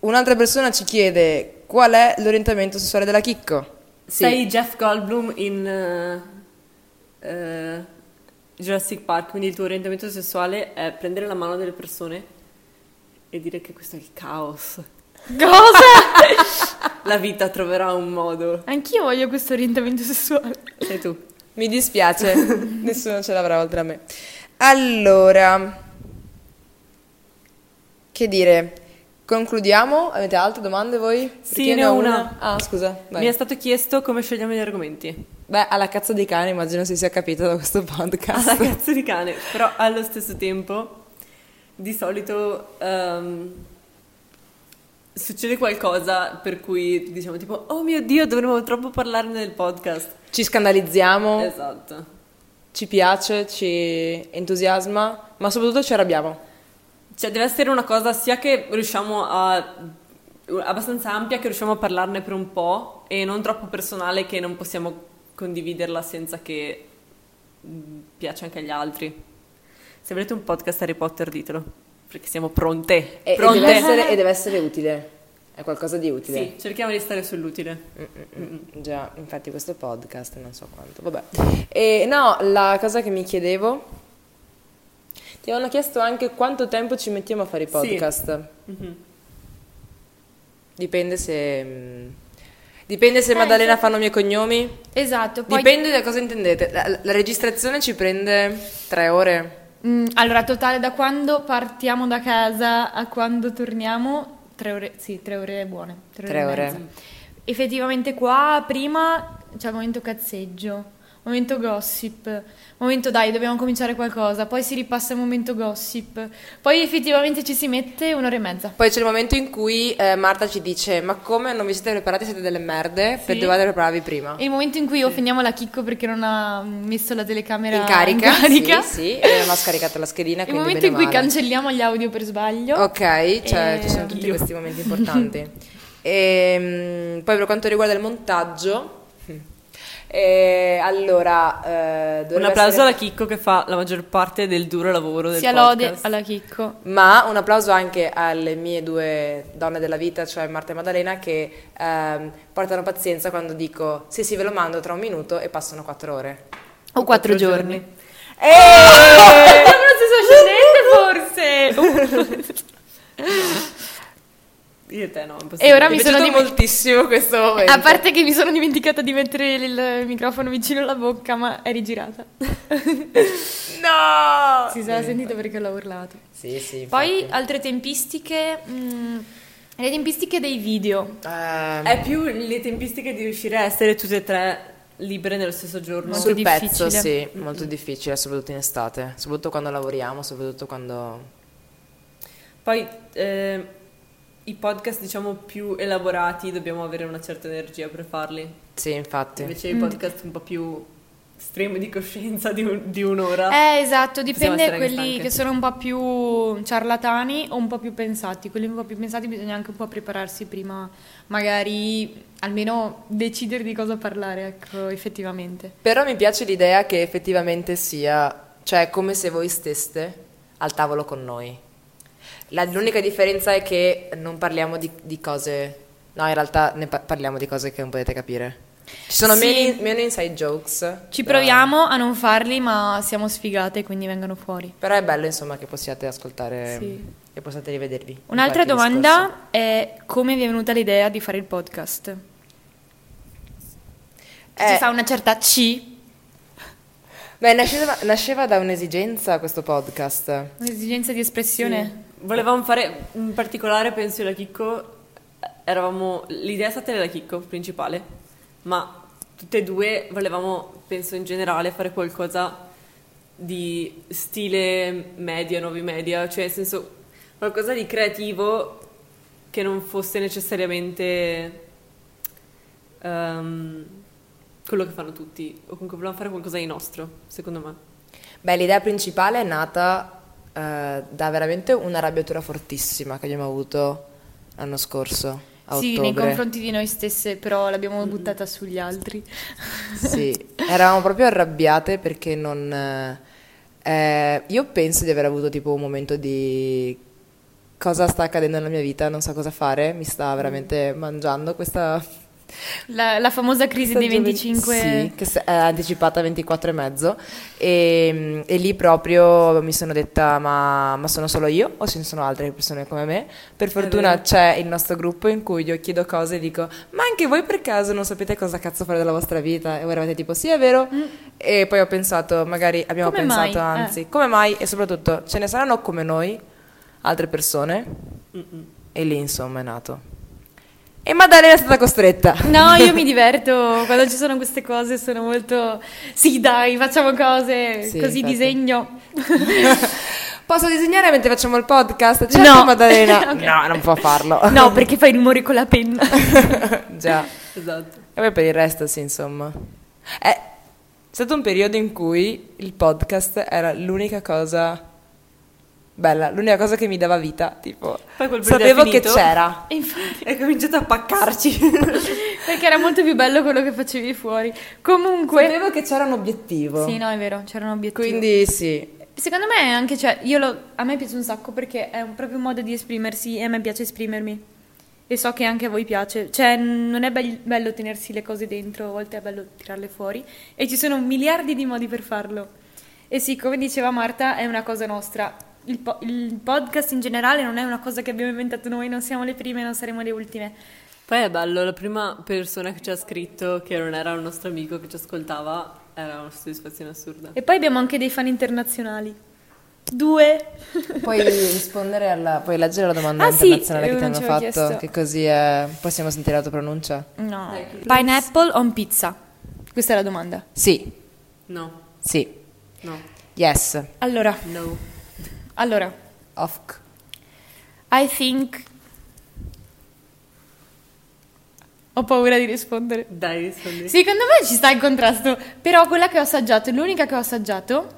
[SPEAKER 4] Un'altra persona ci chiede qual è l'orientamento sessuale della Chicco.
[SPEAKER 3] Sì. Sei Jeff Goldblum in eh, eh, Jurassic Park, quindi il tuo orientamento sessuale è prendere la mano delle persone e dire che questo è il caos.
[SPEAKER 5] <laughs>
[SPEAKER 1] Cosa?
[SPEAKER 3] La vita troverà un modo.
[SPEAKER 1] Anch'io voglio questo orientamento sessuale.
[SPEAKER 3] Sei tu.
[SPEAKER 4] Mi
[SPEAKER 3] <laughs>
[SPEAKER 4] dispiace, nessuno ce l'avrà oltre a me. Allora, che dire? Concludiamo? Avete altre domande voi?
[SPEAKER 3] Sì,
[SPEAKER 4] Perché io
[SPEAKER 3] ne ho una.
[SPEAKER 4] Ah, scusa. vai.
[SPEAKER 3] Mi è stato chiesto come scegliamo gli argomenti.
[SPEAKER 4] Beh, alla cazzo dei cani immagino si sia capito da questo
[SPEAKER 3] Alla
[SPEAKER 4] podcast.
[SPEAKER 3] cazzo di cane, però allo stesso tempo di solito ehm, succede qualcosa per cui diciamo tipo oh mio dio dovremmo troppo parlarne nel podcast.
[SPEAKER 4] Ci scandalizziamo,
[SPEAKER 3] Esatto.
[SPEAKER 4] ci piace, ci entusiasma, ma soprattutto ci arrabbiamo.
[SPEAKER 3] Cioè deve essere una cosa sia che riusciamo a abbastanza ampia che riusciamo a parlarne per un po' e non troppo personale che non possiamo condividerla senza che mh, piaccia anche agli altri. Se volete un podcast Harry Potter ditelo, perché siamo pronte.
[SPEAKER 4] E, e
[SPEAKER 3] pronte.
[SPEAKER 4] deve essere, e deve essere utile. È qualcosa di utile.
[SPEAKER 3] Sì, cerchiamo di stare sull'utile.
[SPEAKER 4] Mm, Già, infatti questo podcast non so quanto, vabbè. E no, la cosa che mi chiedevo, ti avevano chiesto anche quanto tempo ci mettiamo a fare i podcast. Mm-hmm. Dipende se... mm, Dipende se Maddalena fanno miei cognomi.
[SPEAKER 1] Esatto, Eh, poi...
[SPEAKER 4] Dipende da cosa intendete. La, la registrazione ci prende tre ore.
[SPEAKER 1] Mm, allora, totale da quando partiamo da casa a quando torniamo, tre ore, sì, tre ore buone. Tre,
[SPEAKER 4] Tre
[SPEAKER 1] ore. e
[SPEAKER 4] ore.
[SPEAKER 1] mezza. Effettivamente qua, prima, c'è momento cazzeggio, momento gossip, momento dai, dobbiamo cominciare qualcosa, poi si ripassa il momento gossip, poi effettivamente ci si mette un'ora e mezza.
[SPEAKER 4] Poi c'è il momento in cui eh, Marta ci dice: Ma come non vi siete preparati? Siete delle merde. Per dovete prepararvi prima.
[SPEAKER 1] E il momento in cui offendiamo la Chicco perché non ha messo la telecamera
[SPEAKER 4] In carica,
[SPEAKER 1] carica.
[SPEAKER 4] Sì, sì, e non ha scaricato la schedina.
[SPEAKER 1] Il
[SPEAKER 4] quindi
[SPEAKER 1] momento
[SPEAKER 4] bene
[SPEAKER 1] in cui
[SPEAKER 4] male.
[SPEAKER 1] cancelliamo gli audio per sbaglio.
[SPEAKER 4] Ok, cioè
[SPEAKER 1] E-
[SPEAKER 4] ci sono tutti questi momenti
[SPEAKER 1] <laughs>
[SPEAKER 4] importanti. Ehm, poi per quanto riguarda il montaggio, eh, allora eh,
[SPEAKER 3] Un
[SPEAKER 4] dovrebbe
[SPEAKER 3] applauso
[SPEAKER 4] essere-
[SPEAKER 3] alla Chicco che fa la maggior parte del duro lavoro del
[SPEAKER 1] Sia lode
[SPEAKER 3] podcast.
[SPEAKER 1] alla Chicco.
[SPEAKER 4] Ma un applauso anche alle mie due donne della vita, cioè Marta e Maddalena, che ehm, portano pazienza quando dico sì, sì, ve lo mando tra un minuto e passano quattro ore.
[SPEAKER 1] O quattro giorni.
[SPEAKER 4] Eh. Uh-huh.
[SPEAKER 3] Io e te no, è impossibile.
[SPEAKER 1] E ora Ah, mi
[SPEAKER 4] Mi è
[SPEAKER 1] sono
[SPEAKER 4] piaciuto
[SPEAKER 1] dimenticato.
[SPEAKER 4] moltissimo questo momento.
[SPEAKER 1] <laughs> A parte che mi sono dimenticata di mettere il microfono vicino alla bocca, ma
[SPEAKER 4] <laughs>
[SPEAKER 1] è rigirata.
[SPEAKER 4] No!
[SPEAKER 1] si sarà sentito perché l'ho urlato.
[SPEAKER 4] Sì, sì.
[SPEAKER 1] Poi
[SPEAKER 4] infatti.
[SPEAKER 1] altre tempistiche. mm, le tempistiche dei video.
[SPEAKER 4] Ehm,
[SPEAKER 3] È più le tempistiche di riuscire a essere tutte e tre libere nello stesso giorno.
[SPEAKER 1] Molto
[SPEAKER 4] sul
[SPEAKER 1] difficile.
[SPEAKER 4] pezzo, sì, molto difficile, soprattutto in estate, soprattutto quando lavoriamo, soprattutto quando...
[SPEAKER 3] Poi eh, i podcast, diciamo, più elaborati dobbiamo avere una certa energia per farli.
[SPEAKER 4] Sì, infatti.
[SPEAKER 3] Invece i podcast un po' più stremi di coscienza di, un- di un'ora.
[SPEAKER 1] Eh, esatto,
[SPEAKER 3] Possiamo
[SPEAKER 1] dipende
[SPEAKER 3] essere
[SPEAKER 1] da
[SPEAKER 3] anche
[SPEAKER 1] quelli
[SPEAKER 3] stanche.
[SPEAKER 1] che sono un po' più ciarlatani o un po' più pensati. Quelli un po' più pensati bisogna anche un po' prepararsi prima, magari almeno decidere di cosa parlare, ecco, effettivamente.
[SPEAKER 4] Però mi piace l'idea che effettivamente sia, cioè è come se voi steste al tavolo con noi. La- l'unica differenza è che non parliamo di, di cose, no in realtà ne par- parliamo di cose che non potete capire. Ci sono
[SPEAKER 1] Sì.
[SPEAKER 4] meno, meno inside jokes.
[SPEAKER 1] Ci
[SPEAKER 4] però-
[SPEAKER 1] proviamo a non farli, ma siamo sfigate, quindi vengono fuori.
[SPEAKER 4] Però è bello insomma che possiate ascoltare
[SPEAKER 1] Sì.
[SPEAKER 4] e possiate rivedervi. in
[SPEAKER 1] Un'altra
[SPEAKER 4] qualche
[SPEAKER 1] domanda
[SPEAKER 4] discorso.
[SPEAKER 1] è come vi è venuta l'idea di fare il podcast? Ci
[SPEAKER 4] Eh.
[SPEAKER 1] sa una certa C,
[SPEAKER 4] Beh, nasceva, nasceva da un'esigenza questo podcast.
[SPEAKER 1] un'esigenza di espressione.
[SPEAKER 3] Volevamo fare in particolare, penso, io e la Chicco. Eravamo. L'idea è stata della Chicco principale, ma tutte e due volevamo, penso in generale, fare qualcosa di stile media, nuovi media, cioè nel senso qualcosa di creativo che non fosse necessariamente ehm, quello che fanno tutti, o comunque volevamo fare qualcosa di nostro, secondo me.
[SPEAKER 4] Beh, l'idea principale è nata eh, da veramente una arrabbiatura fortissima che abbiamo avuto l'anno scorso, a
[SPEAKER 1] sì, nei
[SPEAKER 4] ottobre. Mm.
[SPEAKER 1] confronti di noi stesse, però l'abbiamo buttata sugli altri. <laughs>
[SPEAKER 4] Sì, eravamo proprio arrabbiate perché non... eh, eh, io penso di aver avuto tipo un momento di cosa sta accadendo nella mia vita, non so cosa fare, mi sta
[SPEAKER 1] Mm.
[SPEAKER 4] veramente mangiando questa...
[SPEAKER 1] La, la famosa crisi dei
[SPEAKER 4] stagione-
[SPEAKER 1] 25...
[SPEAKER 4] Sì, che se- è anticipata a 24 e mezzo Ehm, e, e lì proprio mi sono detta ma, ma sono solo io o ce ne sono altre persone come me? Per fortuna c'è il nostro gruppo in cui io chiedo cose e dico ma anche voi per caso non sapete cosa cazzo fare della vostra vita? E voi eravate tipo sì è vero e poi ho pensato magari abbiamo
[SPEAKER 1] Mm. Come
[SPEAKER 4] pensato
[SPEAKER 1] mai? Eh.
[SPEAKER 4] anzi come mai e soprattutto ce ne saranno come noi altre persone e lì insomma è nato. E Maddalena è stata costretta.
[SPEAKER 1] No,
[SPEAKER 4] <laughs>
[SPEAKER 1] io mi diverto quando ci sono queste cose, sono molto... Sì, dai, facciamo cose,
[SPEAKER 4] Sì,
[SPEAKER 1] così
[SPEAKER 4] infatti. <laughs>
[SPEAKER 1] disegno.
[SPEAKER 4] Posso disegnare mentre facciamo il podcast? Certo,
[SPEAKER 1] No.
[SPEAKER 4] Maddalena.
[SPEAKER 1] <laughs> Ok.
[SPEAKER 4] <laughs> No, non può farlo.
[SPEAKER 1] No, perché fai rumori con
[SPEAKER 4] <laughs>
[SPEAKER 1] la penna.
[SPEAKER 4] Già.
[SPEAKER 3] <laughs> Esatto.
[SPEAKER 4] E poi per il resto, sì, insomma. È stato un periodo in cui il podcast era l'unica cosa bella, l'unica cosa che mi dava vita. Tipo,
[SPEAKER 3] Poi quel periodo è
[SPEAKER 4] sapevo che
[SPEAKER 3] finito.
[SPEAKER 4] c'era.
[SPEAKER 3] Hai cominciato a paccarci.
[SPEAKER 1] perché era molto più bello quello che facevi fuori. Comunque...
[SPEAKER 4] Sapevo che c'era un obiettivo.
[SPEAKER 1] Sì, no, è vero, c'era un obiettivo.
[SPEAKER 4] Quindi sì.
[SPEAKER 1] Secondo me è anche, cioè, io lo- a me piace un sacco perché è un proprio modo di esprimersi e a me piace esprimermi. E so che anche a voi piace. Cioè, n- non è bel- bello tenersi le cose dentro, a volte è bello tirarle fuori. E ci sono miliardi di modi per farlo. E sì, come diceva Marta, è una cosa nostra. Il, po- il podcast in generale non è una cosa che abbiamo inventato noi, non siamo le prime, non saremo le ultime.
[SPEAKER 3] Poi è bello, la prima persona che ci ha scritto che non era un nostro amico che ci ascoltava era una soddisfazione assurda.
[SPEAKER 1] E poi abbiamo anche dei fan internazionali. Due.
[SPEAKER 4] Puoi rispondere alla. Puoi leggere la domanda
[SPEAKER 1] Ah, sì,
[SPEAKER 4] internazionale che ti
[SPEAKER 1] non
[SPEAKER 4] hanno
[SPEAKER 1] ci avevo
[SPEAKER 4] fatto?
[SPEAKER 1] chiesto.
[SPEAKER 4] Che così è. Possiamo sentire la tua pronuncia?
[SPEAKER 1] No. Pineapple on pizza. Questa è la domanda.
[SPEAKER 4] Sì,
[SPEAKER 3] No,
[SPEAKER 4] sì.
[SPEAKER 3] no,
[SPEAKER 4] Yes.
[SPEAKER 1] Allora,
[SPEAKER 3] no.
[SPEAKER 1] allora,
[SPEAKER 4] Off.
[SPEAKER 1] I think... Ho paura di rispondere.
[SPEAKER 3] Dai, rispondi.
[SPEAKER 1] Secondo me ci sta il contrasto, però quella che ho assaggiato, l'unica che ho assaggiato,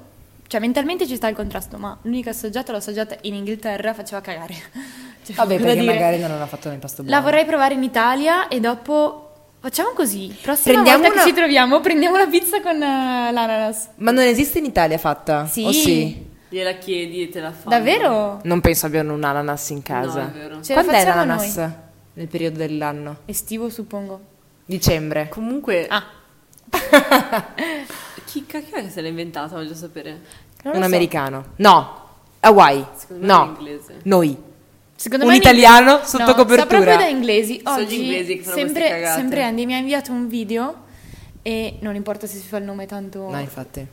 [SPEAKER 1] cioè mentalmente ci sta il contrasto, ma l'unica assaggiata l'ho assaggiata in Inghilterra, faceva cagare. <laughs> Cioè,
[SPEAKER 4] Vabbè,
[SPEAKER 1] cosa
[SPEAKER 4] perché
[SPEAKER 1] dire?
[SPEAKER 4] magari non hanno fatto un impasto buono.
[SPEAKER 1] La vorrei provare in Italia e dopo... Facciamo così, prossima
[SPEAKER 4] Prendiamo
[SPEAKER 1] volta
[SPEAKER 4] una-
[SPEAKER 1] che ci troviamo prendiamo la pizza con eh, l'ananas.
[SPEAKER 4] Ma non esiste in Italia fatta?
[SPEAKER 1] Sì.
[SPEAKER 4] O sì?
[SPEAKER 3] Gliela chiedi e te la fa.
[SPEAKER 1] Davvero?
[SPEAKER 4] Non penso abbiano un ananas in casa.
[SPEAKER 3] No, è vero.
[SPEAKER 1] Ce la
[SPEAKER 4] Quando è
[SPEAKER 1] facciamo
[SPEAKER 4] l'ananas? Nel periodo dell'anno?
[SPEAKER 1] Estivo, suppongo.
[SPEAKER 4] Dicembre.
[SPEAKER 3] Comunque,
[SPEAKER 1] Ah,
[SPEAKER 3] chi cacchio è che se l'ha inventata? Voglio sapere.
[SPEAKER 1] non lo
[SPEAKER 4] un
[SPEAKER 1] so.
[SPEAKER 4] americano. No. Hawaii.
[SPEAKER 3] Secondo me è
[SPEAKER 4] no.
[SPEAKER 3] inglese.
[SPEAKER 4] Noi.
[SPEAKER 1] Secondo
[SPEAKER 4] Un
[SPEAKER 1] me-
[SPEAKER 4] italiano sotto
[SPEAKER 1] no,
[SPEAKER 4] copertura.
[SPEAKER 1] Sa proprio da inglesi.
[SPEAKER 3] Sono gli
[SPEAKER 1] Oggi,
[SPEAKER 3] inglesi che fanno queste
[SPEAKER 1] sempre,
[SPEAKER 3] cagate.
[SPEAKER 1] sempre Andy mi ha inviato un video e non importa se si fa il nome tanto...
[SPEAKER 4] No, infatti.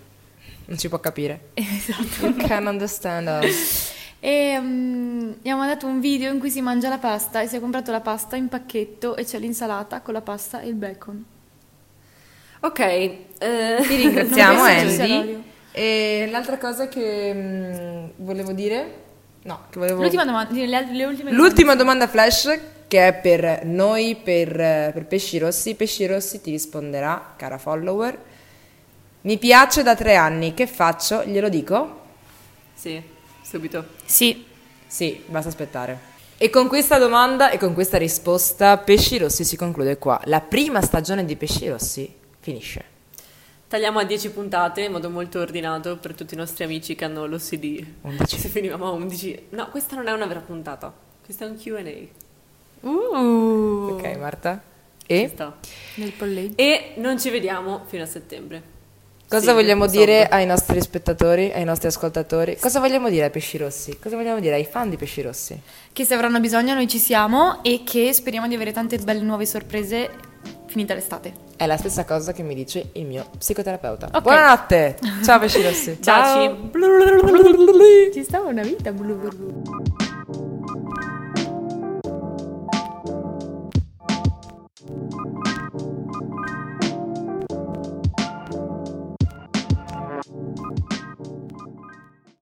[SPEAKER 4] Non ci può capire.
[SPEAKER 1] Oh. <laughs> Esatto.
[SPEAKER 4] You can understand
[SPEAKER 1] <laughs>
[SPEAKER 4] us.
[SPEAKER 1] E mm, gli ha mandato un video in cui si mangia la pasta e si è comprato la pasta in pacchetto e c'è l'insalata con la pasta e il bacon.
[SPEAKER 3] Ok, eh,
[SPEAKER 4] Ti
[SPEAKER 1] ringraziamo,
[SPEAKER 4] ringraziamo
[SPEAKER 1] Non penso ci sia
[SPEAKER 4] Andy.
[SPEAKER 1] l'olio.
[SPEAKER 4] E l'altro cosa che mh, volevo dire... No, che volevo...
[SPEAKER 1] L'ultima domanda, le, le ultime
[SPEAKER 4] Oh. L'ultima domanda flash che è per noi, per, per Pesci Rossi. Pesci Rossi ti risponderà, cara follower. Mi piace da tre anni, che faccio? Glielo dico?
[SPEAKER 3] sì, subito.
[SPEAKER 1] domande. Sì.
[SPEAKER 4] Sì, basta aspettare. E con questa domanda e con questa risposta Pesci Rossi si conclude qua. La prima stagione di Pesci Rossi finisce.
[SPEAKER 3] Tagliamo a 10 puntate in modo molto ordinato per tutti i nostri amici che hanno l'OCD.
[SPEAKER 4] 11.
[SPEAKER 3] Se finivamo a 11. No, questa non è una vera puntata. Questo è un QA.
[SPEAKER 1] Uh,
[SPEAKER 4] Ok Marta?
[SPEAKER 3] Mm. Ci
[SPEAKER 4] E
[SPEAKER 3] sta.
[SPEAKER 1] Nel polleggio.
[SPEAKER 3] E non ci vediamo fino a settembre.
[SPEAKER 4] cosa
[SPEAKER 3] Sì,
[SPEAKER 4] vogliamo
[SPEAKER 3] sotto.
[SPEAKER 4] dire ai nostri spettatori, ai nostri ascoltatori? Cosa vogliamo dire ai Pesci Rossi? Cosa vogliamo dire ai fan di Pesci Rossi?
[SPEAKER 1] Che se avranno bisogno noi ci siamo e che speriamo di avere tante belle nuove sorprese finita l'estate.
[SPEAKER 4] È la stessa cosa che mi dice il mio psicoterapeuta.
[SPEAKER 1] Ok.
[SPEAKER 4] Buonanotte! Ciao Pesci Rossi!
[SPEAKER 3] Baci.
[SPEAKER 1] Ci stava una vita blu blu blu.